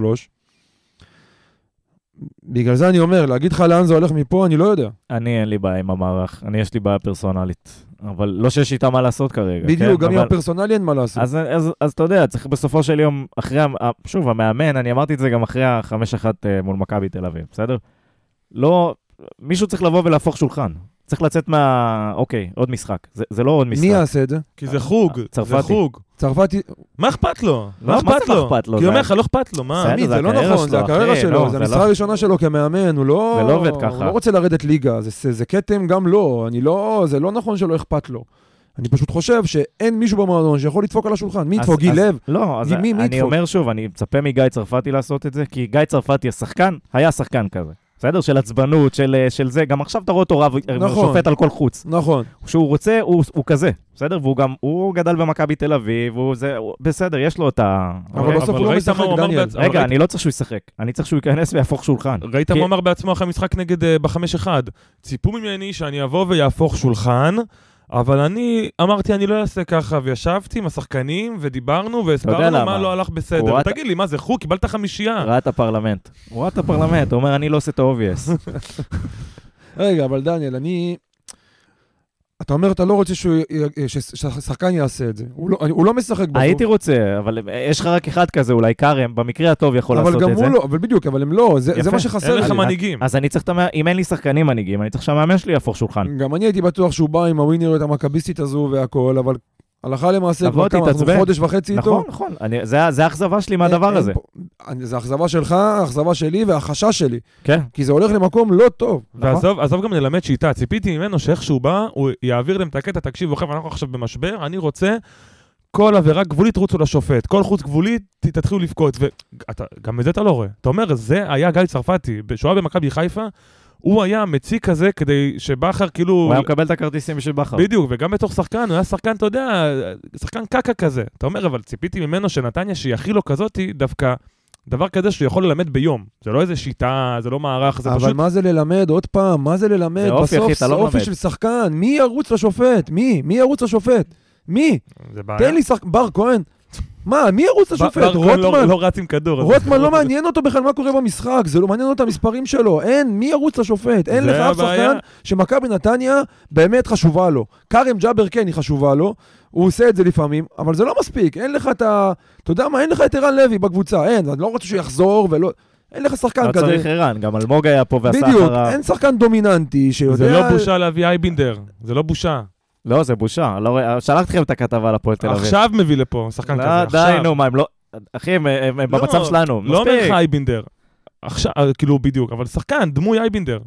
בגלל זה אני אומר, להגיד לך לאן זה הולך מפה, אני לא יודע.
אני, אין לי בעיה עם המערך, אני, יש לי בעיה פרסונלית. אבל לא שיש איתה מה לעשות כרגע.
בדיוק,
כן?
גם עם
אבל-
הפרסונלי אין מה לעשות.
אז, אז, אז אתה יודע, צריך בסופו של יום, אחרי, המ- ה- שוב, המאמן, אני אמרתי את זה גם אחרי ה-5-1 אה, מול מכבי תל אביב, בסדר? לא, מישהו צריך לבוא ולהפוך שולחן. צריך לצאת מה... אוקיי, עוד משחק. זה, זה לא עוד משחק.
מי יעשה את זה?
כי זה חוג, זה
אה, צרפתי.
חוג.
צרפתי,
מה אכפת לו?
לא,
מה
מה
אכפת
זה
לו?
מה אכפת לו?
כי הוא אומר
זה-
לך, לא אכפת לו, מה?
בסדר,
עמית, זה
זה
לא
הקריירה
נכון, זה
שלו,
הקריירה
אחי,
שלו,
לא,
זה
זה
המשרה
לא-
הראשונה שלו כמאמן, הוא לא...
זה לא עובד
הוא
ככה.
לא רוצה לרדת ליגה, זה- זה זה כתם גם לו, אני לא... זה לא נכון שלא אכפת לו. אני פשוט חושב שאין מישהו במועדון שיכול לדפוק על השולחן. מי
אז-
ידפוק? גיל
אז-
לב?
לא, אז
מי- מי- מי
אני
ידפוק?
אומר שוב, אני מצפה מגיא צרפתי לעשות את זה, כי גיא צרפתי השחקן, היה שחקן כזה. בסדר? של עצבנות, של, אה, של זה. גם עכשיו אתה רואה אותו רב,
נכון.
נכון. שופט על כל חוץ.
נכון.
כשהוא רוצה, הוא, הוא כזה, בסדר? והוא גם, הוא גדל במכבי תל אביב, הוא זה, הוא, בסדר, יש לו את ה... אוקיי?
אבל בסוף הוא לא
ראית
משחק,
מה הוא אמר
דניאל.
בעצ- אבל
רגע,
ראית-
אני לא צריך שהוא ישחק, אני צריך שהוא ייכנס ויהפוך שולחן.
ראית
כי-
מה הוא אמר בעצמו אחרי המשחק נגד אה, בחמש אחד. ציפו ממני שאני אבוא ויהפוך שולחן, אבל אני אמרתי אני לא אעשה ככה, וישבתי עם השחקנים ודיברנו
אתה יודע
והסברנו מה
למה.
לא הלך בסדר.
הוא-
ותגיד לי, מה זה חוג? קיבלת חמישייה.
ראה את הפרלמנט. הוא ראה את הפרלמנט, הוא אומר, אני לא עושה את האובייס.
רגע, אבל דניאל, אני... אתה אומר, אתה לא רוצה שהוא י- ש- ששחקן יעשה את זה. הוא לא- אני- הוא לא משחק בסוף.
הייתי רוצה, אבל אה, יש לך רק אחד כזה, אולי כרם, במקרה הטוב יכול לעשות את
אבל
זה.
גם הוא לא, אבל בדיוק, אבל הם לא, זה זה
יפה.
מה שחסר
אין לך
לי.
מנהיגים.
אז אני צריך, את המא- אם אין לי שחקנים מנהיגים, אני צריך שהמאמן שלי יהפוך שולחן.
גם אני הייתי בטוח שהוא בא עם הווינריות המכביסטית הזו והכל, אבל הלכה למעשה, כבר
תבוא,
כמה, אנחנו
תתעצבן.
חודש וחצי איתו.
נכון, נכון, אני- זה ה- זה האכזבה שלי
אין-
מהדבר
אין
הזה.
פה- אני- זה אכזבה שלך, אכזבה שלי והחשש שלי,
כן.
כי זה הולך למקום לא טוב.
נכון.
ועזוב עזוב גם ללמד שיטה, ציפיתי ממנו שאיך שהוא בא, הוא יעביר להם את הקטע, תקשיבו חבר'ה, אנחנו עכשיו במשבר, אני רוצה כל עבירה גבולית רוצו לשופט, כל חוץ גבולית ת- תתחילו לבכות, וגם את זה אתה לא רואה. אתה אומר, זה היה גיא צרפתי, כשהוא היה במכבי חיפה, הוא היה מציג כזה כדי שבכר כאילו...
הוא היה מקבל את הכרטיסים בשביל בכר.
בדיוק, וגם בתור שחקן, הוא היה שחקן, אתה יודע, שחקן קקה כזה. אתה אומר, אבל ציפיתי ממנו שנתניה שיכיל לו כזאתי, דווקא דבר כזה שהוא יכול ללמד ביום. זה לא איזה שיטה, זה לא מערך, זה
אבל
פשוט...
מה זה ללמד? עוד פעם, מה זה ללמד?
זה אופי,
בסוף
אחי, אתה
זה
לא
אופי
לומד.
של שחקן. מי ירוץ לשופט? מי? מי ירוץ לשופט? מי?
זה
אה,
בעיה.
תן לי שחק... בר כהן? מה, מי ירוץ
בר-
לשופט?
בר כהן לא-
רוטמן?
לא רץ עם כדור. אז-
רוטמן לא מעניין אותו בכלל מה קורה במשחק, זה לא מעניין אותו המספרים שלו, אין, מי ירוץ לשופט? אין
זה
לך אף
הבעיה.
שחקן שמכבי נתניה באמת חשובה לו. כרם ג'אבר כן, היא חשובה לו, הוא עושה את זה לפעמים, אבל זה לא מספיק, אין לך את ה... אתה יודע מה, אין לך את ערן לוי בקבוצה, אין, אני לא רוצה שהוא יחזור ולא... אין לך שחקן
לא
כזה.
צריך ערן, גם אלמוג היה פה ועשה
בדיוק,
אחריו.
אין שחקן דומיננטי שיודע...
זה לא בושה להביא אייבינדר, זה לא בושה.
לא, זה בושה. לא רואה- שלחתי לכם את הכתבה על הפועל תל אביב.
עכשיו מביא לפה שחקן כזה,
לא,
עכשיו.
די, נו, מה, הם לא... אחי, הם- הם הם
לא,
במצב שלנו,
לא אומר לך
מספיק.
אייבינדר. עכשיו, אה, כאילו, בדיוק, אבל שחקן, דמוי אייבינדר.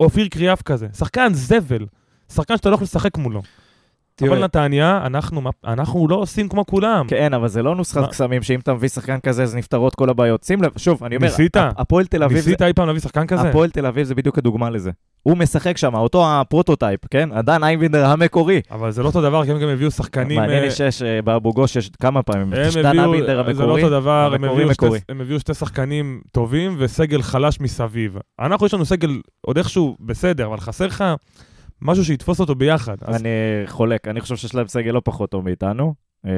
אופיר קריאף כזה. שחקן זבל. שחקן שאתה לא יכול לשחק מולו. אבל
תראה,
נתניה, אנחנו מה- אנחנו לא עושים כמו כולם.
כן, אבל זה לא נוסחת
מה?
קסמים, שאם אתה מביא שחקן כזה, אז נפתרות כל הבעיות. שים לב, שוב, אני אומר,
ניסית?
הפ- הפועל תל אביב... זה-
ניסית אי פעם להביא שחקן כזה?
הפועל תל אביב זה בדיוק הדוגמה לזה. הוא משחק שם, אותו הפרוטוטייפ, כן? עדן איינבינדר המקורי.
אבל זה לא אותו דבר, כי הם גם הביאו שחקנים...
מעניין
אה,
לי שיש אה, באבו גוש יש כמה פעמים.
הם
יש עדן איינבינדר
הביאו, זה לא
המקורי.
אותו דבר, הם
המקורי,
הביאו, שתי,
מקורי.
הם הביאו שתי שחקנים טובים וסגל חלש מסביב. אנחנו, יש לנו סגל עוד איכשהו בסדר, אבל חסר לך משהו שיתפוס אותו ביחד. אז
אני חולק, אני חושב שיש להם סגל לא פחות טוב מאיתנו. אה,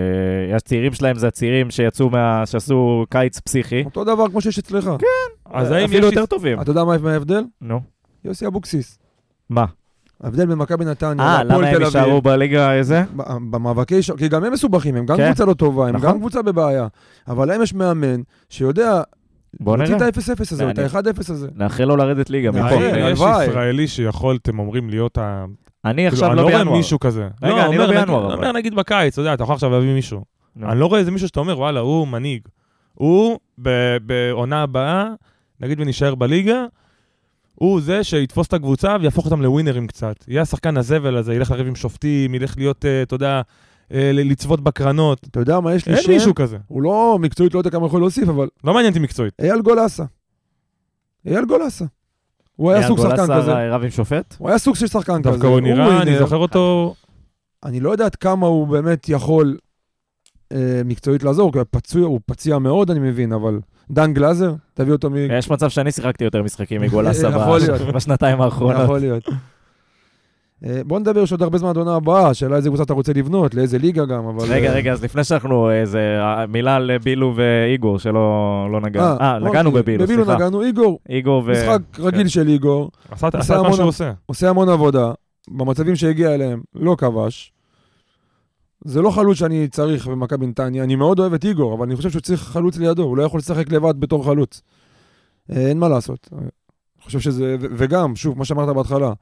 הצעירים שלהם זה הצעירים שיצאו מה... שעשו קיץ פסיכי.
אותו דבר כמו שיש אצלך.
כן.
אז האם יש... אה,
אפילו יותר טובים.
אתה יודע מה מה ההבדל?
נו,
יוסי אבוקסיס.
מה?
ההבדל בין מכבי נתניה
אה,
להפועל
למה הם
תל אביב.
יישארו בליגה אה, איזה?
ב- במאבקי ש... כי גם הם מסובכים, הם גם
כן.
קבוצה לא טובה, הם
נכון.
גם קבוצה בבעיה. אבל להם יש מאמן שיודע
בוא
להוציא
נראה.
את ה-0-0 הזה, או את
מעניין.
ה-1-0 הזה.
נאחל לו לרדת ליגה
נכון.
מפה. אה,
האם אה, יש
הלוואי.
ישראלי שיכול, אתם אומרים, להיות ה...
אני
כאילו,
עכשיו
אני
לא
רואה
בינואר.
מישהו כזה.
רגע, אני לא
אומר, נגיד-
בינואר,
אני
אבל.
אומר, נגיד בקיץ, אתה יודע, אתה יכול עכשיו להביא מישהו.
נו.
אני לא רואה איזה מישהו שאתה אומר, וואלה, הוא מנהיג. הוא ב- בעונה הבאה, נגיד ונשאר בליגה, הוא זה שיתפוס את הקבוצה ויהפוך אותם לווינרים קצת. יהיה השחקן הזבל הזה, ילך לריב עם שופטים, ילך להיות, אה, אתה יודע, אה, ל- לצוות בקרנות.
אתה יודע מה, יש לי
אין
שם,
מישהו כזה.
הוא לא מקצועית, לא יודע כמה הוא יכול להוסיף, אבל
לא מעניין אותי מקצועית.
אייל גולסה. אייל גולסה. הוא היה
אייל
סוג שחקן
גולסה
כזה.
רב עם שופט?
הוא היה סוג של שחקן כזה.
דווקא הוא נראה, אני
ווינר.
זוכר אותו...
אני לא יודע עד כמה הוא באמת יכול אה, מקצועית לעזור, כי הוא פצוע, הוא פציע מאוד, אני מבין, אבל דן גלאזר, תביא אותו מ...
יש מצב שאני שיחקתי יותר משחקים מגולסה ב-
יכול להיות.
בשנתיים האחרונות.
יכול להיות. אה, בוא נדבר שעוד הרבה זמן עד העונה הבאה, השאלה איזה קבוצה אתה רוצה לבנות, לאיזה ליגה גם, אבל...
רגע,
אה,
רגע, אז לפני שאנחנו, אה, זה אה, מילה לבילו ואיגור שלא לא נגענו. אה,
אמרתי,
נגענו בבילו,
בבילו
סליחה.
נגענו, איגור,
איגור ו... כן.
משחק רגיל של איגור,
עשה את
עשה
עשה את מה
המון-
שהוא עושה.
עושה המון עבודה, במצבים שהגיע אליהם, לא כבש. זה לא חלוץ שאני צריך במכבי נתניה, אני מאוד אוהב את איגור, אבל אני חושב שהוא צריך חלוץ לידו, הוא לא יכול לשחק לבד בתור חלוץ. אה, אין מה לעשות. אה, אני חושב שזה, ו- וגם, שוב, מה שאמרת בהתחלה,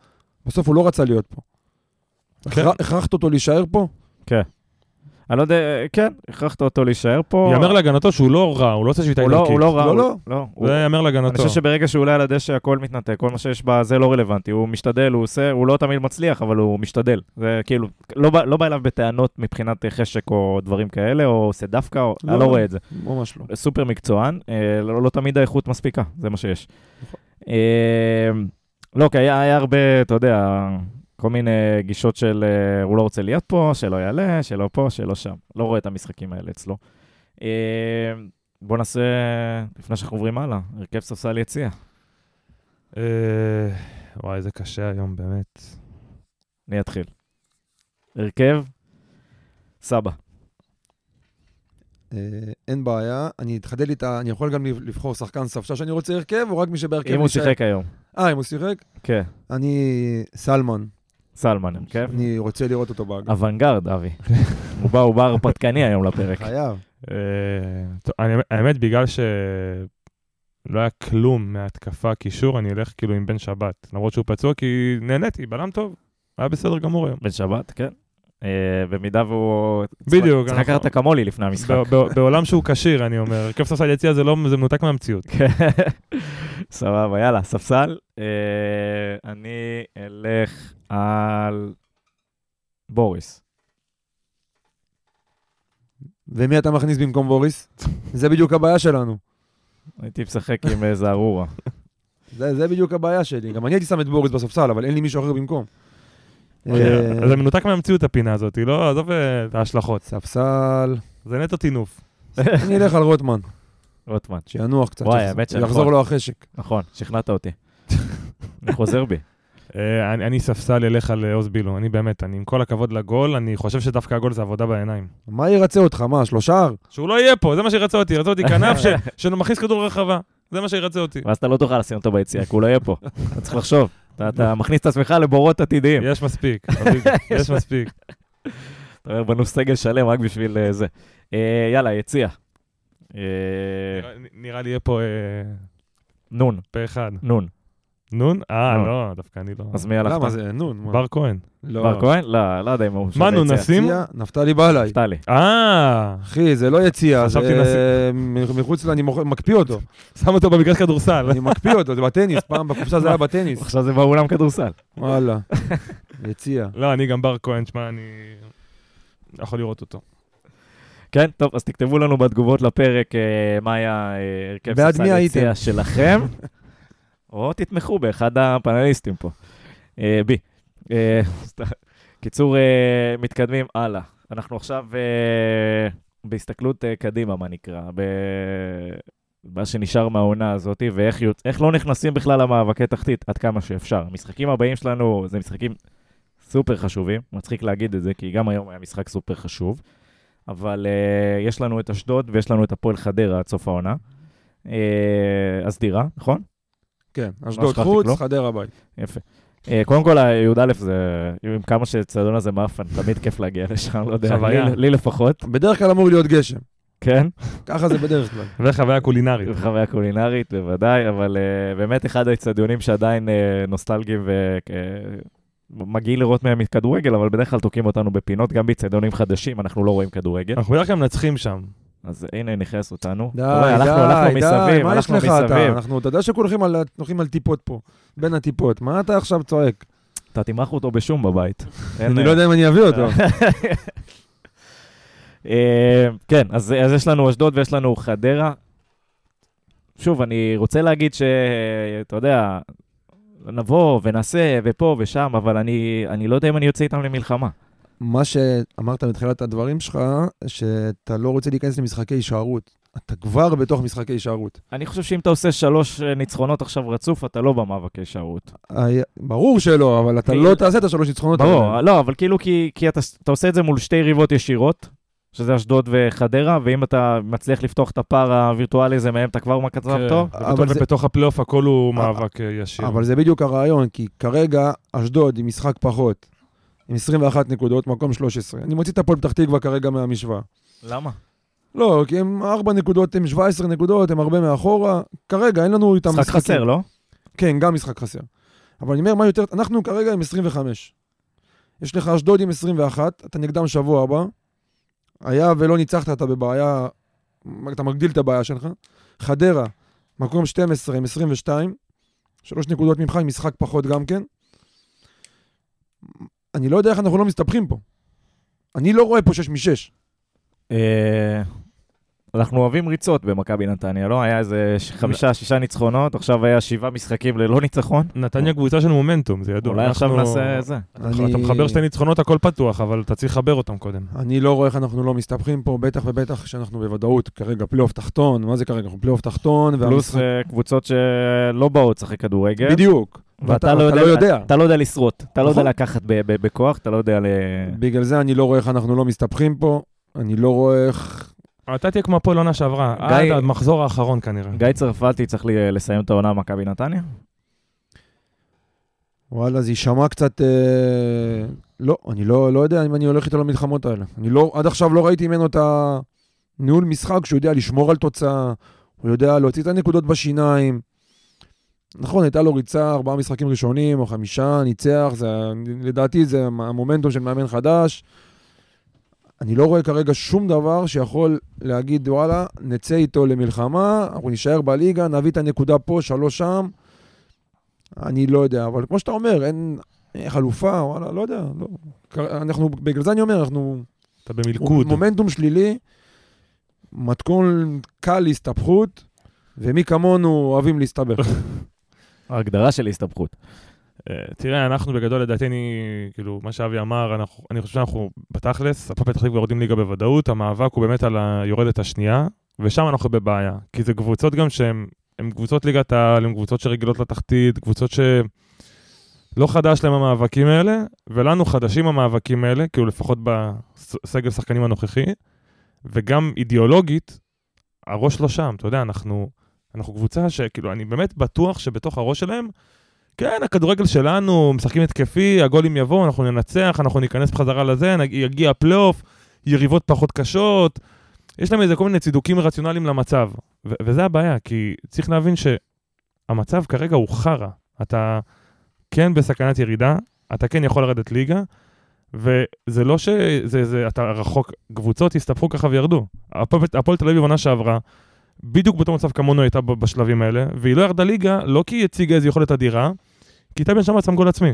בסוף הוא לא רצה להיות פה.
כן.
הכר- הכרחת אותו להישאר פה?
אני לא יודע, אה, כן, הכרחת אותו להישאר פה.
יאמר להגנתו שהוא לא רע, הוא לא עושה שביתה
הוא לא-
איטלקית.
הוא לא רע.
לא,
הוא-
לא.
לא. הוא-
זה יאמר
אני
להגנתו.
חושב שברגע שהוא עולה על הדשא הכל מתנתק, כל מה שיש בה זה לא רלוונטי, הוא משתדל, הוא עושה, הוא לא תמיד מצליח, אבל הוא משתדל. זה כאילו, לא בא, לא בא אליו בטענות מבחינת אה, חשק או דברים כאלה, או עושה דווקא, או,
לא.
אני לא רואה את זה.
ממש לא.
סופר מקצוען, אה, לא, לא תמיד האיכות מספיקה, זה מה שיש.
נכון.
אה, לא, כי היה, היה הרבה, אתה יודע, כל מיני גישות של אה, הוא לא רוצה להיות פה, שלא יעלה, שלא פה, שלא שם. לא רואה את המשחקים האלה אצלו. אה, בוא נעשה, לפני שאנחנו עוברים הלאה, הרכב ספסל יציע.
אה, וואי, זה קשה היום, באמת.
אני אתחיל. הרכב, סבא.
אה, אין בעיה, אני אתחדד לי את ה... אני יכול גם לבחור שחקן ספשה שאני רוצה הרכב, או רק מי שבהרכב...
אם הוא
נשאר?
שיחק היום.
אה, אם הוא שיחק?
כן,
אני סלמון,
סלמן הרכב.
אני רוצה לראות אותו באגף.
אוונגרד, אבי. הוא בא, הוא בא הרפתקני היום לפרק.
חייב.
אה, טוב, אני- האמת, בגלל שלא היה כלום מההתקפה קישור, אני אלך כאילו עם בן שבת. למרות שהוא פצוע, כי נהניתי, בלם טוב. היה בסדר גמור היום.
בן שבת, כן. אה, במידה והוא...
בדיוק,
צריך
נכון.
אנחנו-
לקחת אקמולי לפני המשחק.
ב- ב- בעולם שהוא כשיר, אני אומר. הרכב ספסל יציע זה לא, זה מנותק מהמציאות.
כן. סבבה, יאללה, ספסל. אה, אני אלך על בוריס.
ומי אתה מכניס במקום בוריס? זה בדיוק הבעיה שלנו.
הייתי משחק עם אה, זערורה.
זה, זה בדיוק הבעיה שלי. גם אני הייתי שם את בוריס בספסל, אבל אין לי מישהו אחר במקום.
כן,
אוקיי,
אה,
אז זה מנותק מהמציאות, הפינה הזאת. היא לא, עזוב אה, את ההשלכות.
ספסל.
זה נטו טינוף.
אני אלך על רוטמן,
רוטמן,
שינוח קצת.
וואי,
שיחזור-
האמת שנכון.
שיחזור לו החשק.
נכון, שכנעת אותי. אני חוזר בי.
אה, אני- אני ספסל אלך על אה, עוז בילו. אני באמת, אני עם כל הכבוד לגול, אני חושב שדווקא הגול זה עבודה בעיניים.
מה ירצה אותך? מה, שלושה?
שהוא לא יהיה פה, זה מה שירצה אותי, ירצה אותי כנף ש- שמכניס כדור לרחבה, זה מה שירצה
כן.
אותי.
ואז אתה לא תוכל לשים אותו ביציאה, כי הוא לא יהיה פה. אתה צריך לחשוב. אתה- אתה מכניס את עצמך לבורות
כן.
עתידיים.
יש מספיק, חביבי, יש מספיק.
אתה אומר, בנו סגל שלם רק בשביל אה, זה. אה, יאללה, יציאה. אה,
נראה- נראה לי יהיה פה אה,
נון,
פה אחד.
נון.
נון? אה,
נון.
לא, דווקא אני לא.
אז מי הלכת?
למה זה? נון. מה?
בר כהן.
לא.
בר כהן? לא, לא יודע אם הוא...
מה,
שווה
נון
יציאה.
נשים?
יציאה, נפתלי בא עליי.
נפתלי.
אה,
אחי, זה לא יציאה, זה
חשבתי
מ- מחוץ ל... אני מוכ- מקפיא אותו.
שם אותו במגרש כדורסל.
אני מקפיא אותו, זה בטניס, פעם בקופסה זה היה בטניס.
עכשיו זה באולם כדורסל.
וואלה. יציע.
לא, אני גם בר כהן, שמע, אני... לא יכול לראות אותו.
כן, טוב, אז תכתבו לנו בתגובות לפרק אה, מה היה אה, הרכב
בעד
ספסל
מי
היציע
הייתם?
שלכם, או תתמכו באחד הפאנליסטים פה. אה, בי. אה, סתם. קיצור, אה, מתקדמים הלאה. אנחנו עכשיו אה, בהסתכלות אה, קדימה, מה נקרא, ב... מה שנשאר מהעונה הזאת, ואיך יוצ... איך לא נכנסים בכלל למאבקי תחתית עד כמה שאפשר. המשחקים הבאים שלנו זה משחקים סופר חשובים, מצחיק להגיד את זה, כי גם היום היה משחק סופר חשוב. אבל uh, יש לנו את אשדוד ויש לנו את הפועל חדרה עד סוף העונה. Uh, אז דירה, נכון?
כן,
לא
אשדוד
שכחתי
חוץ,
כלום.
חדרה בית.
יפה. Uh, קודם כל, הי"א זה, עם כמה שהצדדון הזה מאפן, תמיד כיף להגיע לשם, לא יודע,
חוויה.
לי, לי לפחות,
בדרך כלל אמור להיות גשם,
כן?
ככה זה בדרך כלל.
זה חוויה קולינרית.
חוויה קולינרית בוודאי, אבל uh, באמת אחד האצטדיונים שעדיין uh, נוסטלגיים ומגעיל לראות מהם כדורגל, אבל בדרך כלל תוקעים אותנו בפינות, גם באצטדיונים חדשים, אנחנו לא רואים כדורגל.
אנחנו בדרך כלל מנצחים שם.
אז הנה, נכנס אותנו.
אה. די,
אתה רואה,
די,
הלכנו, הלכנו
די,
מסביב,
מה יש
הלכנו
לך
מסביב.
אתה? אנחנו, אתה יודע שכולכם על- הולכים על טיפות פה, בין הטיפות. מה אתה עכשיו צועק?
אתה תמרח אותו בשום בבית. אין-
אני לא יודע אם אני אביא אותו.
אה, כן, אז אז יש לנו אשדוד ויש לנו חדרה. שוב, אני רוצה להגיד ש... אתה יודע, נבוא ונעשה ופה ושם, אבל אני אני לא יודע אם אני יוצא איתם למלחמה.
מה שאמרת בתחילת הדברים שלך, שאתה לא רוצה להיכנס למשחקי הישארות. אתה כבר בתוך משחקי הישארות.
אני חושב שאם אתה עושה שלוש אה, ניצחונות עכשיו רצוף, אתה לא במאבקי שערות.
היה- ברור שלא, אבל אתה לא תעשה את השלוש ניצחונות האלה.
כן. ברור, לא, אבל כאילו כי, כי אתה, אתה עושה את זה מול שתי יריבות ישירות, שזה אשדוד וחדרה, ואם אתה מצליח לפתוח את הפער הווירטואלי הזה מהם, אתה כבר
כן.
מקצב טוב.
אבל זה-
ובתוך הפלייאוף הכל הוא
אה,
מאבק אה, ישיר.
אבל זה בדיוק הרעיון, כי כרגע אשדוד עם משחק פחות, עם 21 נקודות, מקום 13. אני מוציא את הפועל פתח תקווה כרגע מהמשוואה.
למה?
לא, כי הם 4 נקודות, הם 17 נקודות, הם הרבה מאחורה. כרגע אין לנו איתם
משחק חסר, לא?
כן, גם משחק חסר. אבל אני אומר, מה יותר, אנחנו כרגע עם 25. יש לך אשדוד עם 21, אתה נגדם שבוע הבא. היה ולא ניצחת, אתה בבעיה, אתה מגדיל את הבעיה שלך. חדרה, מקום 12 עם 22, שלוש נקודות ממך, עם משחק פחות גם כן. אני לא יודע איך אנחנו לא מסתבכים פה. אני לא רואה פה 6 מ-6.
אה, אנחנו אוהבים ריצות במכבי נתניה, לא? היה איזה ש- חמישה, שישה ניצחונות, עכשיו היה שבעה משחקים ללא ניצחון.
נתניה קבוצה של מומנטום, זה ידוע.
אולי עכשיו
אנחנו-
נעשה זה.
אתה מחבר שתי ניצחונות, הכל פתוח, אבל אתה צריך לחבר אותם קודם.
אני לא רואה איך אנחנו לא מסתבכים פה, בטח ובטח שאנחנו בוודאות כרגע פלייאוף תחתון, מה זה כרגע? אנחנו פלייאוף תחתון,
פלוס אה, קבוצות שלא באות לשחק כדורגל.
בדיוק.
ואתה לא
אתה לא
יודע.
יודע.
אתה לא יודע לשרוט, אתה לא יודע
נכון.
לקחת ב- ב- בכוח, אתה לא יודע ל...
בגלל זה אני לא רואה איך אנחנו לא מסתבכים פה, אני לא רואה איך...
אתה תהיה כמו הפועל עונה שעברה, עד
גיא-
המחזור האחרון כנראה.
גיא צרפתי צריך לי- לסיים את העונה במכבי נתניה?
וואלה, זה יישמע קצת... אה... לא, אני לא, לא יודע אם אני הולך איתו למלחמות האלה. אני לא, עד עכשיו לא ראיתי ממנו את הניהול משחק, שהוא יודע לשמור על תוצאה, הוא יודע להוציא את הנקודות בשיניים. נכון, הייתה לו ריצה, ארבעה משחקים ראשונים, או חמישה, ניצח, זה, לדעתי זה המומנטום של מאמן חדש. אני לא רואה כרגע שום דבר שיכול להגיד, וואלה, נצא איתו למלחמה, אנחנו נישאר בליגה, נביא את הנקודה פה, שלוש שם. אני לא יודע, אבל כמו שאתה אומר, אין אין חלופה, וואלה, לא יודע. לא. כ- אנחנו, בגלל זה אני אומר, אנחנו...
אתה במלכוד.
מומנטום שלילי, מתכון קל להסתבכות, ומי כמונו אוהבים להסתבך.
ההגדרה של הסתבכות.
אה, תראה, אנחנו בגדול, לדעתי, אני, כאילו, מה שאבי אמר, אנחנו- אני חושב שאנחנו בתכלס, הפועל פתח תקווה יורדים ליגה בוודאות, המאבק הוא באמת על היורדת השנייה, ושם אנחנו בבעיה. כי זה קבוצות גם שהן, הן קבוצות ליגת העל, הן קבוצות שרגילות לתחתית, קבוצות ש... לא חדש להם המאבקים האלה, ולנו חדשים המאבקים האלה, כאילו לפחות בסגל שחקנים הנוכחי, וגם אידיאולוגית, הראש לא שם, אתה יודע, אנחנו, אנחנו קבוצה שכאילו, אני באמת בטוח שבתוך הראש שלהם, כן, הכדורגל שלנו, משחקים התקפי, הגולים יבואו, אנחנו ננצח, אנחנו ניכנס בחזרה לזה, נג- יגיע הפלייאוף, יריבות פחות קשות, יש להם איזה כל מיני צידוקים רציונליים למצב, ו- וזה הבעיה, כי צריך להבין שהמצב כרגע הוא חרא. אתה כן בסכנת ירידה, אתה כן יכול לרדת ליגה, וזה לא שזה, זה, אתה רחוק, קבוצות הסתבכו ככה וירדו. הפועל הפועל תל אביב עונה שעברה, בדיוק באותו מצב כמונו הייתה ב- בשלבים האלה, והיא לא ירדה ליגה, לא כי היא הציגה איזו יכולת אדירה, כי היא הייתה בנשמה עצם גול עצמי.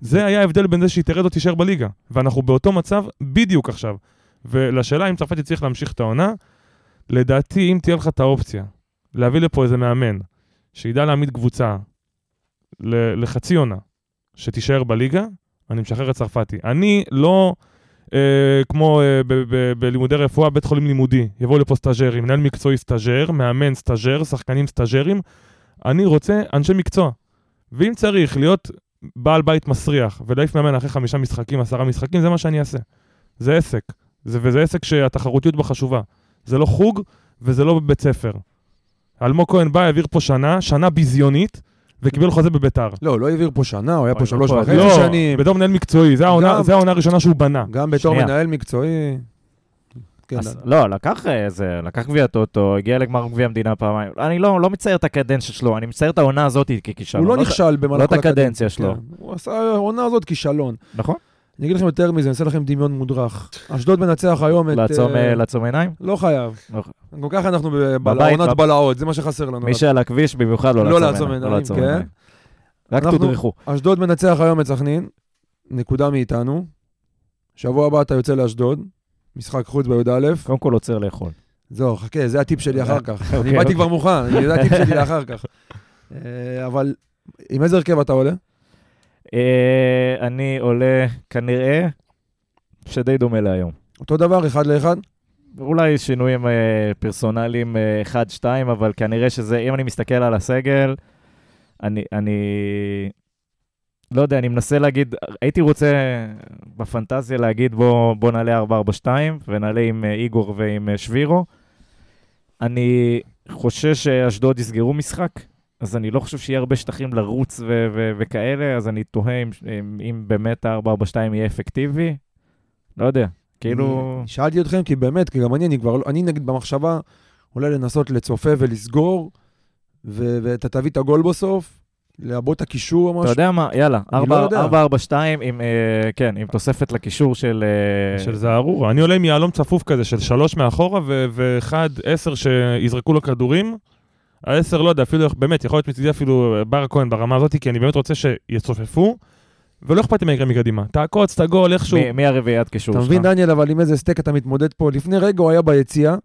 זה היה ההבדל בין זה שהיא תרד או תישאר בליגה. ואנחנו באותו מצב בדיוק עכשיו. ולשאלה אם צרפת תצליח להמשיך את העונה, לדעתי, אם תהיה לך את האופציה להביא לפה איזה מאמן, שידע להעמיד קבוצה ל- לחצי עונה, שתישאר בליגה, אני משחרר את צרפתי. אני לא אה, כמו אה, ב- ב- בלימודי רפואה, בית חולים לימודי, יבואו לפה סטאג'רים, מנהל מקצועי סטאג'ר, מאמן סטאג'ר, שחקנים סטאג'רים. אני רוצה אנשי מקצוע. ואם צריך להיות בעל בית מסריח ולהעיף מאמן אחרי חמישה משחקים, עשרה משחקים, זה מה שאני אעשה. זה עסק. זה, וזה עסק שהתחרותיות בה חשובה. זה לא חוג וזה לא בבית ספר. אלמוג כהן בא, העביר פה שנה, שנה ביזיונית, וקיבל חוזה בביתר.
לא, הוא לא העביר פה שנה, הוא היה
לא,
פה שלוש
לא,
וחצי שנים.
בתור מנהל מקצועי, זה העונה
גם-
זה העונה הראשונה שהוא בנה.
גם בתור
שנייה.
מנהל מקצועי. כן,
אז, לא, לקח איזה, לקח גביע טוטו, הגיע לגמר גביע המדינה פעמיים. אני לא, לא מצייר את הקדנציה שלו, אני מצייר את העונה הזאת ככישלון.
הוא לא
את-
נכשל
לא
במהלך
את
כל הקדנציה.
הקדנציה שלו.
כן, הוא עשה העונה הזאת כישלון.
נכון?
אני אגיד לכם יותר מזה, אני אעשה לכם דמיון מודרך. אשדוד מנצח היום את...
לעצום,
אה,
אה, לעצום עיניים?
לא חייב.
לא.
גם ככה אנחנו
בבית,
בעונת
בב-
בלהות, זה מה שחסר לנו.
מי שעל הכביש במיוחד לא
לא
לעצום
לעצום
עיניים.
עיניים, כן.
רק
אנחנו-
תודרכו.
אשדוד מנצח היום את סכנין, נקודה מאיתנו. שבוע הבא אתה יוצא לאשדוד, משחק חוץ בי"א.
קודם כל עוצר לאכול.
זהו, חכה, זה הטיפ שלי אחר כך. אני
אוקיי,
באתי
אוקיי.
כבר מוכן, אני- זה הטיפ שלי לאחר כך. אה, אבל עם איזה הרכב אתה עולה?
אה, אני עולה כנראה שדי דומה להיום.
אותו דבר, אחד לאחד?
אולי שינויים אה, פרסונליים אה, אחד, שתיים, אבל כנראה שזה, אם אני מסתכל על הסגל, אני, אני לא יודע, אני מנסה להגיד, הייתי רוצה בפנטזיה להגיד בוא, בוא נעלה 4-4-2 ונעלה עם אה, איגור ועם אה, שבירו. אני חושש שאשדוד יסגרו משחק, אז אני לא חושב שיהיה הרבה שטחים לרוץ ו- ו- וכאלה, אז אני תוהה אם, אם, אם באמת ה-4-4-2 יהיה אפקטיבי. לא יודע, כאילו...
אני- שאלתי אתכם, כי באמת, כי גם אני, אני כבר, לא- אני נגיד במחשבה, אולי לנסות לצופה ולסגור, ו- ואתה תביא את הגול בסוף, לעבות את הקישור או
אתה
משהו.
יודע מה, יאללה,
אני לא יודע.
4-4-2 עם, אה, כן, עם תוספת לקישור של... אה,
של זערורה. אני עולה עם יהלום צפוף כזה של שלוש מאחורה ו- ואחד, עשר שיזרקו לו כדורים. העשר, לא יודע, אפילו, באמת, יכול להיות מצידי אפילו בר כהן ברמה הזאת, כי אני באמת רוצה שיצופפו, ולא אכפת לי מה יקרה מקדימה. תעקוץ, תגול, איכשהו.
מי- לא מי הרביעיית קישור
אתה
שלך?
מבין, דניאל, אבל עם איזה סטייק אתה מתמודד פה? לפני רגע הוא היה ביציאה,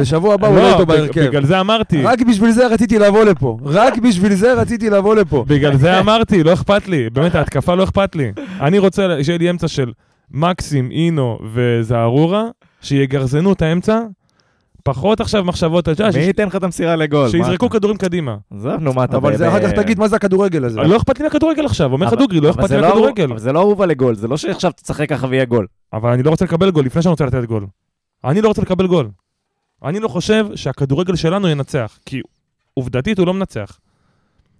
ושבוע הבא הוא
לא,
לא איתו
בג-
בהרכב.
בגלל זה אמרתי.
רק בשביל זה רציתי לבוא לפה. רק בשביל זה רציתי לבוא לפה.
בגלל זה אמרתי, לא אכפת לי. באמת, ההתקפה לא אכפת לי. אני רוצה שיהיה לי אמצע של מקסים, אינו וזערורה, שיגרזנו את האמצע. פחות עכשיו מחשבות, אתה יודע,
מי
שיש-
ייתן לך את המסירה לגול?
שיזרקו כדורים קדימה.
מה? עזוב, נו, מה אתה...
אבל זה
ב-
אחר כך
ב-
תגיד, מה זה הכדורגל הזה?
לא אכפת לי מהכדורגל עכשיו, אומר לך
אבל-
דוגרי, לא
אבל
אכפת
זה
לי
לא אהוב-
מהכדורגל.
אבל זה לא אהובה לגול, זה לא שעכשיו תשחק ככה ויהיה גול.
אבל אני לא רוצה לקבל גול לפני שאני רוצה לתת גול. אני לא רוצה לקבל גול. אני לא חושב שהכדורגל שלנו ינצח, כי עובדתית הוא לא מנצח.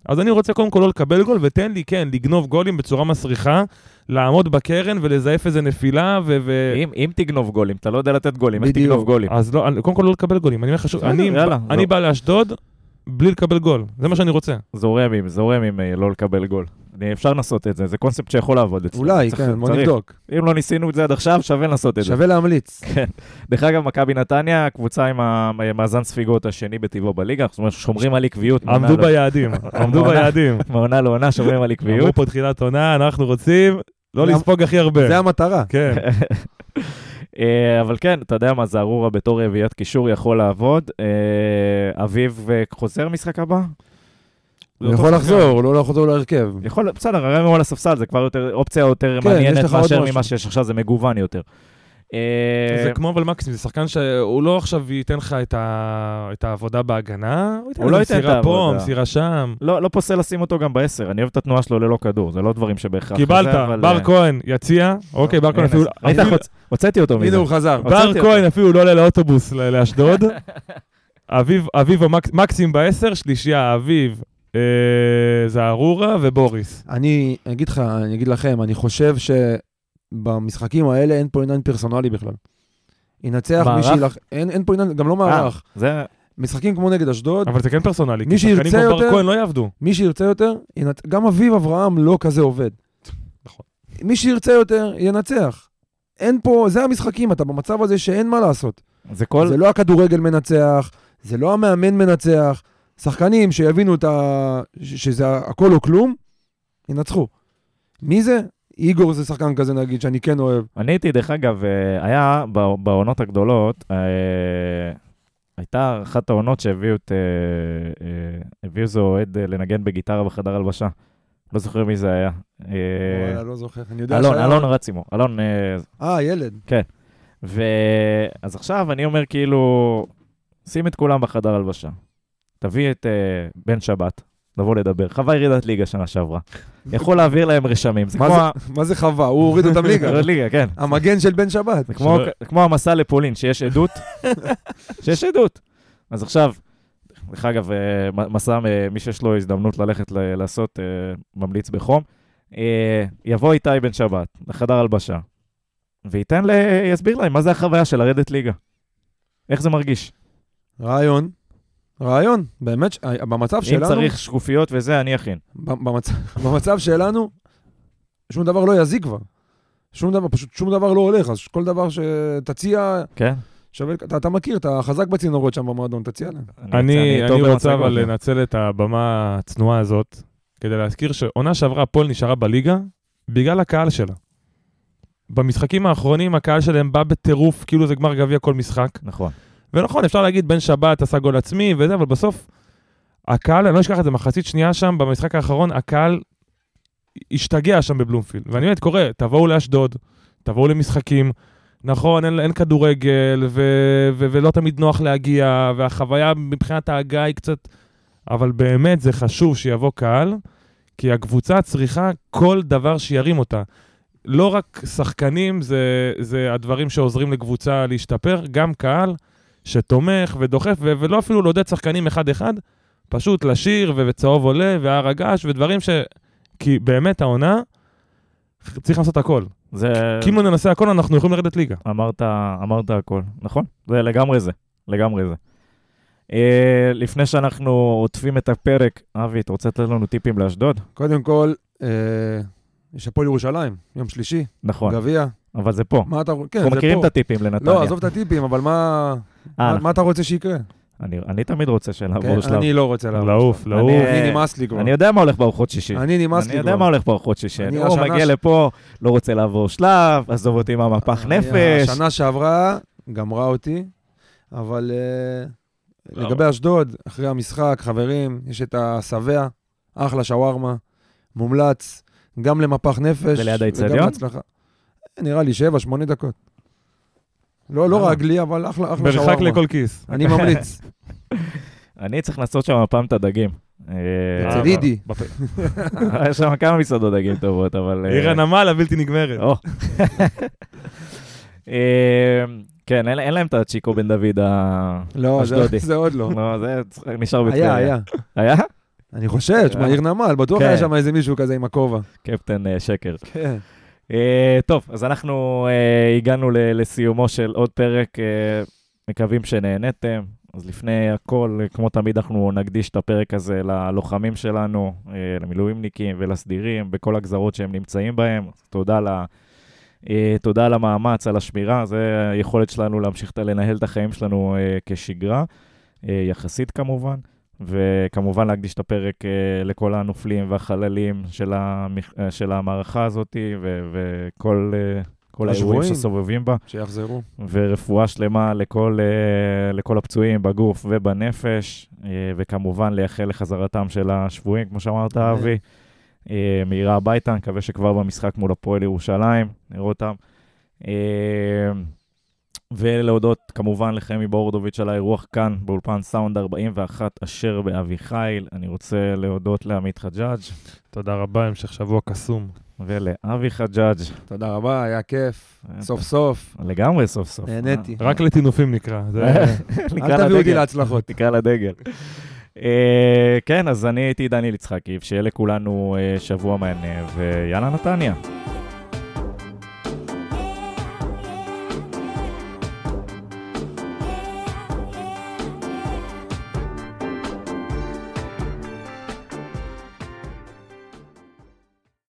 אז אני רוצה קודם כל לא לקבל גול, ותן לי, כן, לגנוב גולים בצורה מסריחה, לעמוד בקרן ולזייף איזה נפילה, ו... ו...
אם אם תגנוב גולים, אתה לא יודע לתת גולים, איך
אה, בדיוק.
תגנוב גולים?
אז לא, אני- קודם כל לא לקבל גולים. אני אומר לך שוב,
בסדר,
אני,
יאללה, לא.
אני
זהו.
בא לאשדוד בלי לקבל גול, זה מה שאני רוצה.
זורם עם, זורם עם אה, לא לקבל גול. אני- אפשר לנסות את זה, זה קונספט שיכול לעבוד אצלנו.
אולי,
צריך-
כן, בוא
צריך.
נבדוק.
אם לא ניסינו את זה עד עכשיו, שווה לנסות את זה.
שווה להמליץ.
כן. דרך אגב, מכבי נתניה, קבוצה עם המאזן ספיגות השני בטבעו בליגה, זאת אומרת, שומרים על עקביות. מעונה
עמדו
לעונה.
ביעדים, עמדו ביעדים.
מעונה לעונה שומרים על
אמרו
עקביות.
פה תחילת עונה, אנחנו רוצים לא
זה-
לספוג הכי הרבה.
זה המטרה.
כן.
אה, אבל כן, אתה יודע מה, זערורה בתור רביעיית קישור יכול לעבוד. אה, אביב אה, חוזר משחק הבא?
הוא יכול לחזור, לא לחזור להרכב.
יכול, בסדר, הרעיון הוא על הספסל, זה כבר יותר, אופציה יותר
כן, יש
מעניינת
לך עוד
מאשר
משהו.
ממה שיש עכשיו, זה מגוון יותר. אה,
זה כמו אבל מקסים, זה שחקן שהוא לא עכשיו ייתן לך את ה- את העבודה בהגנה, הוא ייתן
הוא לא
איזה
ייתן את
מסירה פה,
העבודה.
מסירה שם.
לא, לא פוסל לשים אותו גם בעשר, אני אוהב את התנועה שלו ללא כדור, זה לא דברים שבהכרח...
קיבלת,
זה, אבל,
בר
אה, לא,
כהן, יציע, אוקיי, בר כהן
הנה,
אפילו...
ראית,
אפילו-
חוצ- הוצאתי אותו מזה.
הנה הוא חזר.
בר
הוצאתי
כהן אפילו לא עולה לאוטובוס ל- לאשדוד. אביב, אביב המק- מקסים בעשר, שלישייה, אביב, אה, זערורה ובוריס.
אני אגיד לך, אני אגיד לכם, אני חושב שבמשחקים האלה אין פה עניין פרסונלי בכלל. ינצח מי
מערך?
שילח... אין, אין פה עניין, גם לא מערך.
אה, זה,
משחקים כמו נגד אשדוד,
אבל זה כן פרסונלי,
מי
כי שחקנים
שירצה
כמו בר
יותר-
כהן לא יעבדו.
מי שירצה יותר, ינצ... גם אביב אברהם לא כזה עובד.
נכון.
מי שירצה יותר, ינצח. אין פה, זה המשחקים, אתה במצב הזה שאין מה לעשות.
זה כל...
זה לא הכדורגל מנצח, זה לא המאמן מנצח. שחקנים שיבינו את ה... ש- שזה הכל או כלום, ינצחו. מי זה? איגור זה שחקן כזה נגיד, שאני כן אוהב.
אני הייתי, דרך אגב, אה, היה בע- בעונות הגדולות, אה, הייתה אחת העונות שהביאו את... אה, אה, הביאו איזה אוהד אה, לנגן בגיטרה בחדר הלבשה. לא זוכר מי זה היה. אה,
וואלה, לא זוכר, אני יודע
אלון,
שהיה-
אלון רצימו. אלון... אה,
אה, ילד.
ואז עכשיו אני אומר כאילו, שים את כולם בחדר הלבשה. תביא את אה, בן שבת, לבוא לדבר. חווה ירידת ליגה שנה שעברה. יכול להעביר להם רשמים. זה
מה
כמו... ה-
מה זה חווה? הוא הוריד אותם ליגה.
ירידת ליגה, כן.
המגן של בן שבת.
זה כמו,
שלא-
כמו המסע לפולין, שיש עדות, שיש עדות. אז עכשיו, דרך אגב, אה, מ- מסע, אה, מי שיש לו הזדמנות ללכת ל- לעשות, אה, ממליץ בחום, אה, יבוא איתי בן שבת לחדר הלבשה, וייתן, ל... יסביר להם מה זה החוויה של לרדת ליגה. איך זה מרגיש?
רעיון. רעיון. באמת, ש- אה, במצב
אם
שלנו...
צריך שקופיות וזה, אני אכין.
במצב, במצב שלנו, שום דבר לא יזיק כבר. שום דבר, פשוט שום דבר לא הולך, אז כל דבר שתציע,
כן?
שווה, אתה, אתה מכיר, אתה חזק בצינורות שם במועדון, תציע להם.
אני,
טוב
אני רוצה אבל
במצגות. כן.
לנצל את הבמה הצנועה הזאת כדי להזכיר שעונה שעברה הפועל נשארה בליגה בגלל הקהל שלה. במשחקים האחרונים הקהל שלהם בא בטירוף, כאילו זה גמר גביע כל משחק.
נכון.
ונכון, אפשר להגיד בן שבת עשה גול עצמי וזה, אבל בסוף הקהל, אני לא אשכח את זה, מחצית שנייה שם, במשחק האחרון, הקהל השתגע שם בבלומפילד. ואני באמת קורא, תבואו לאשדוד, תבואו למשחקים. נכון, אין, אין כדורגל, ו, ו, ולא תמיד נוח להגיע, והחוויה מבחינת ההגעה היא קצת... אבל באמת זה חשוב שיבוא קהל, כי הקבוצה צריכה כל דבר שירים אותה. לא רק שחקנים זה, זה הדברים שעוזרים לקבוצה להשתפר, גם קהל שתומך ודוחף, ו- ולא אפילו לעודד שחקנים אחד-אחד, פשוט לשיר ו- וצהוב עולה והר הגעש ודברים ש... כי באמת העונה, צריך לעשות הכל.
זה...
כי אם לא ננסה הכל, אנחנו יכולים לרדת ליגה.
אמרת, אמרת הכל, נכון? זה לגמרי זה, לגמרי זה. אה, לפני שאנחנו עוטפים את הפרק, אבי, אתה רוצה לתת לנו טיפים לאשדוד?
קודם כל, אה, יש הפועל ירושלים, יום שלישי,
נכון,
גביע.
אבל זה פה.
מה אתה רוצה? כן,
אנחנו
זה
מכירים את
פה.
הטיפים לנתניה.
לא, עזוב את הטיפים, אבל מה,
אה,
מה, מה אתה רוצה שיקרה?
אני, אני תמיד רוצה שנעבור
כן,
לשלב.
אני לא רוצה לעבור.
לעוף, לעוף.
אני-
אני נמאס לי כבר.
אני יודע מה הולך בארוחות שישי.
אני נמאס לי
אני
כבר.
יודע מה הולך בארוחות שישי.
אני
הוא
השנה
מגיע
ש-
לפה, לא רוצה לעבור שלב, עזוב אותי עם המפח
אני-
נפש.
השנה שעברה גמרה אותי, אבל אה, לגבי אשדוד, אחרי המשחק, חברים, יש את השבע, אחלה שווארמה, מומלץ, גם למפח נפש.
זה ליד
וגם
האיצטדיון?
להצלחה. נראה לי שבע, שמונה דקות. לא, לא
אה.
רגלי, אבל אחלה, אחלה שווארמה.
מרחק לכל כיס.
אני ממליץ.
אני צריך לנסות שם הפעם את הדגים. אה,
אצל אידי.
בפה.
יש שם כמה מסעדות דגים טובות, אבל... אה,
עיר הנמל הבלתי נגמרת.
או. אה, כן, אין אין להם את הצ'יקו בן דוד ה...
לא, זה-
אשדודי.
זה עוד לא.
לא, זה צריך- נשאר בטבריה.
היה, היה.
היה?
אני חושב, תשמע,
אה.
עיר נמל, בטוח
כן.
היה שם איזה מישהו כזה עם הכובע.
קפטן אה, שקר.
כן.
אה, טוב, אז אנחנו אה, הגענו ל- לסיומו של עוד פרק, אה, מקווים שנהנתם. אז לפני הכל, אה, כמו תמיד, אנחנו נקדיש את הפרק הזה ללוחמים שלנו, אה, למילואימניקים ולסדירים, בכל הגזרות שהם נמצאים בהם. אז תודה ל... אה, תודה על המאמץ, על השמירה, זה היכולת שלנו להמשיך את- לנהל את החיים שלנו אה, כשגרה, אה, יחסית כמובן, וכמובן להקדיש את הפרק אה, לכל הנופלים והחללים של, המח... אה, של המערכה הזאת, ו... וכל אה, כל האירועים
השבויים.
שסובבים בה.
שיחזרו.
ורפואה שלמה לכל, אה, לכל הפצועים בגוף ובנפש, אה, וכמובן לייחל לחזרתם של השבויים, כמו שאמרת,
אמן.
אבי. אה, מהירה הביתה, נקווה שכבר במשחק מול הפועל ירושלים, נראה אותם. אה, ולהודות כמובן לחמי בורדוביץ' על האירוח כאן באולפן סאונד 41 אשר באביחיל. אני רוצה להודות לעמית חג'אג'
תודה רבה, המשך שבוע קסום.
ולאבי חג'אג'.
תודה רבה, היה כיף.
אה,
סוף סוף,
לגמרי סוף סוף.
נהניתי.
רק לטינופים נקרא. זה-
נקרא
אל תביאו אותי
לדגל.
להצלחות.
תקרא לדגל. אה, כן, אז אני הייתי דניאל יצחקי, שיהיה לכולנו אה, שבוע מהנה, ויאללה נתניה.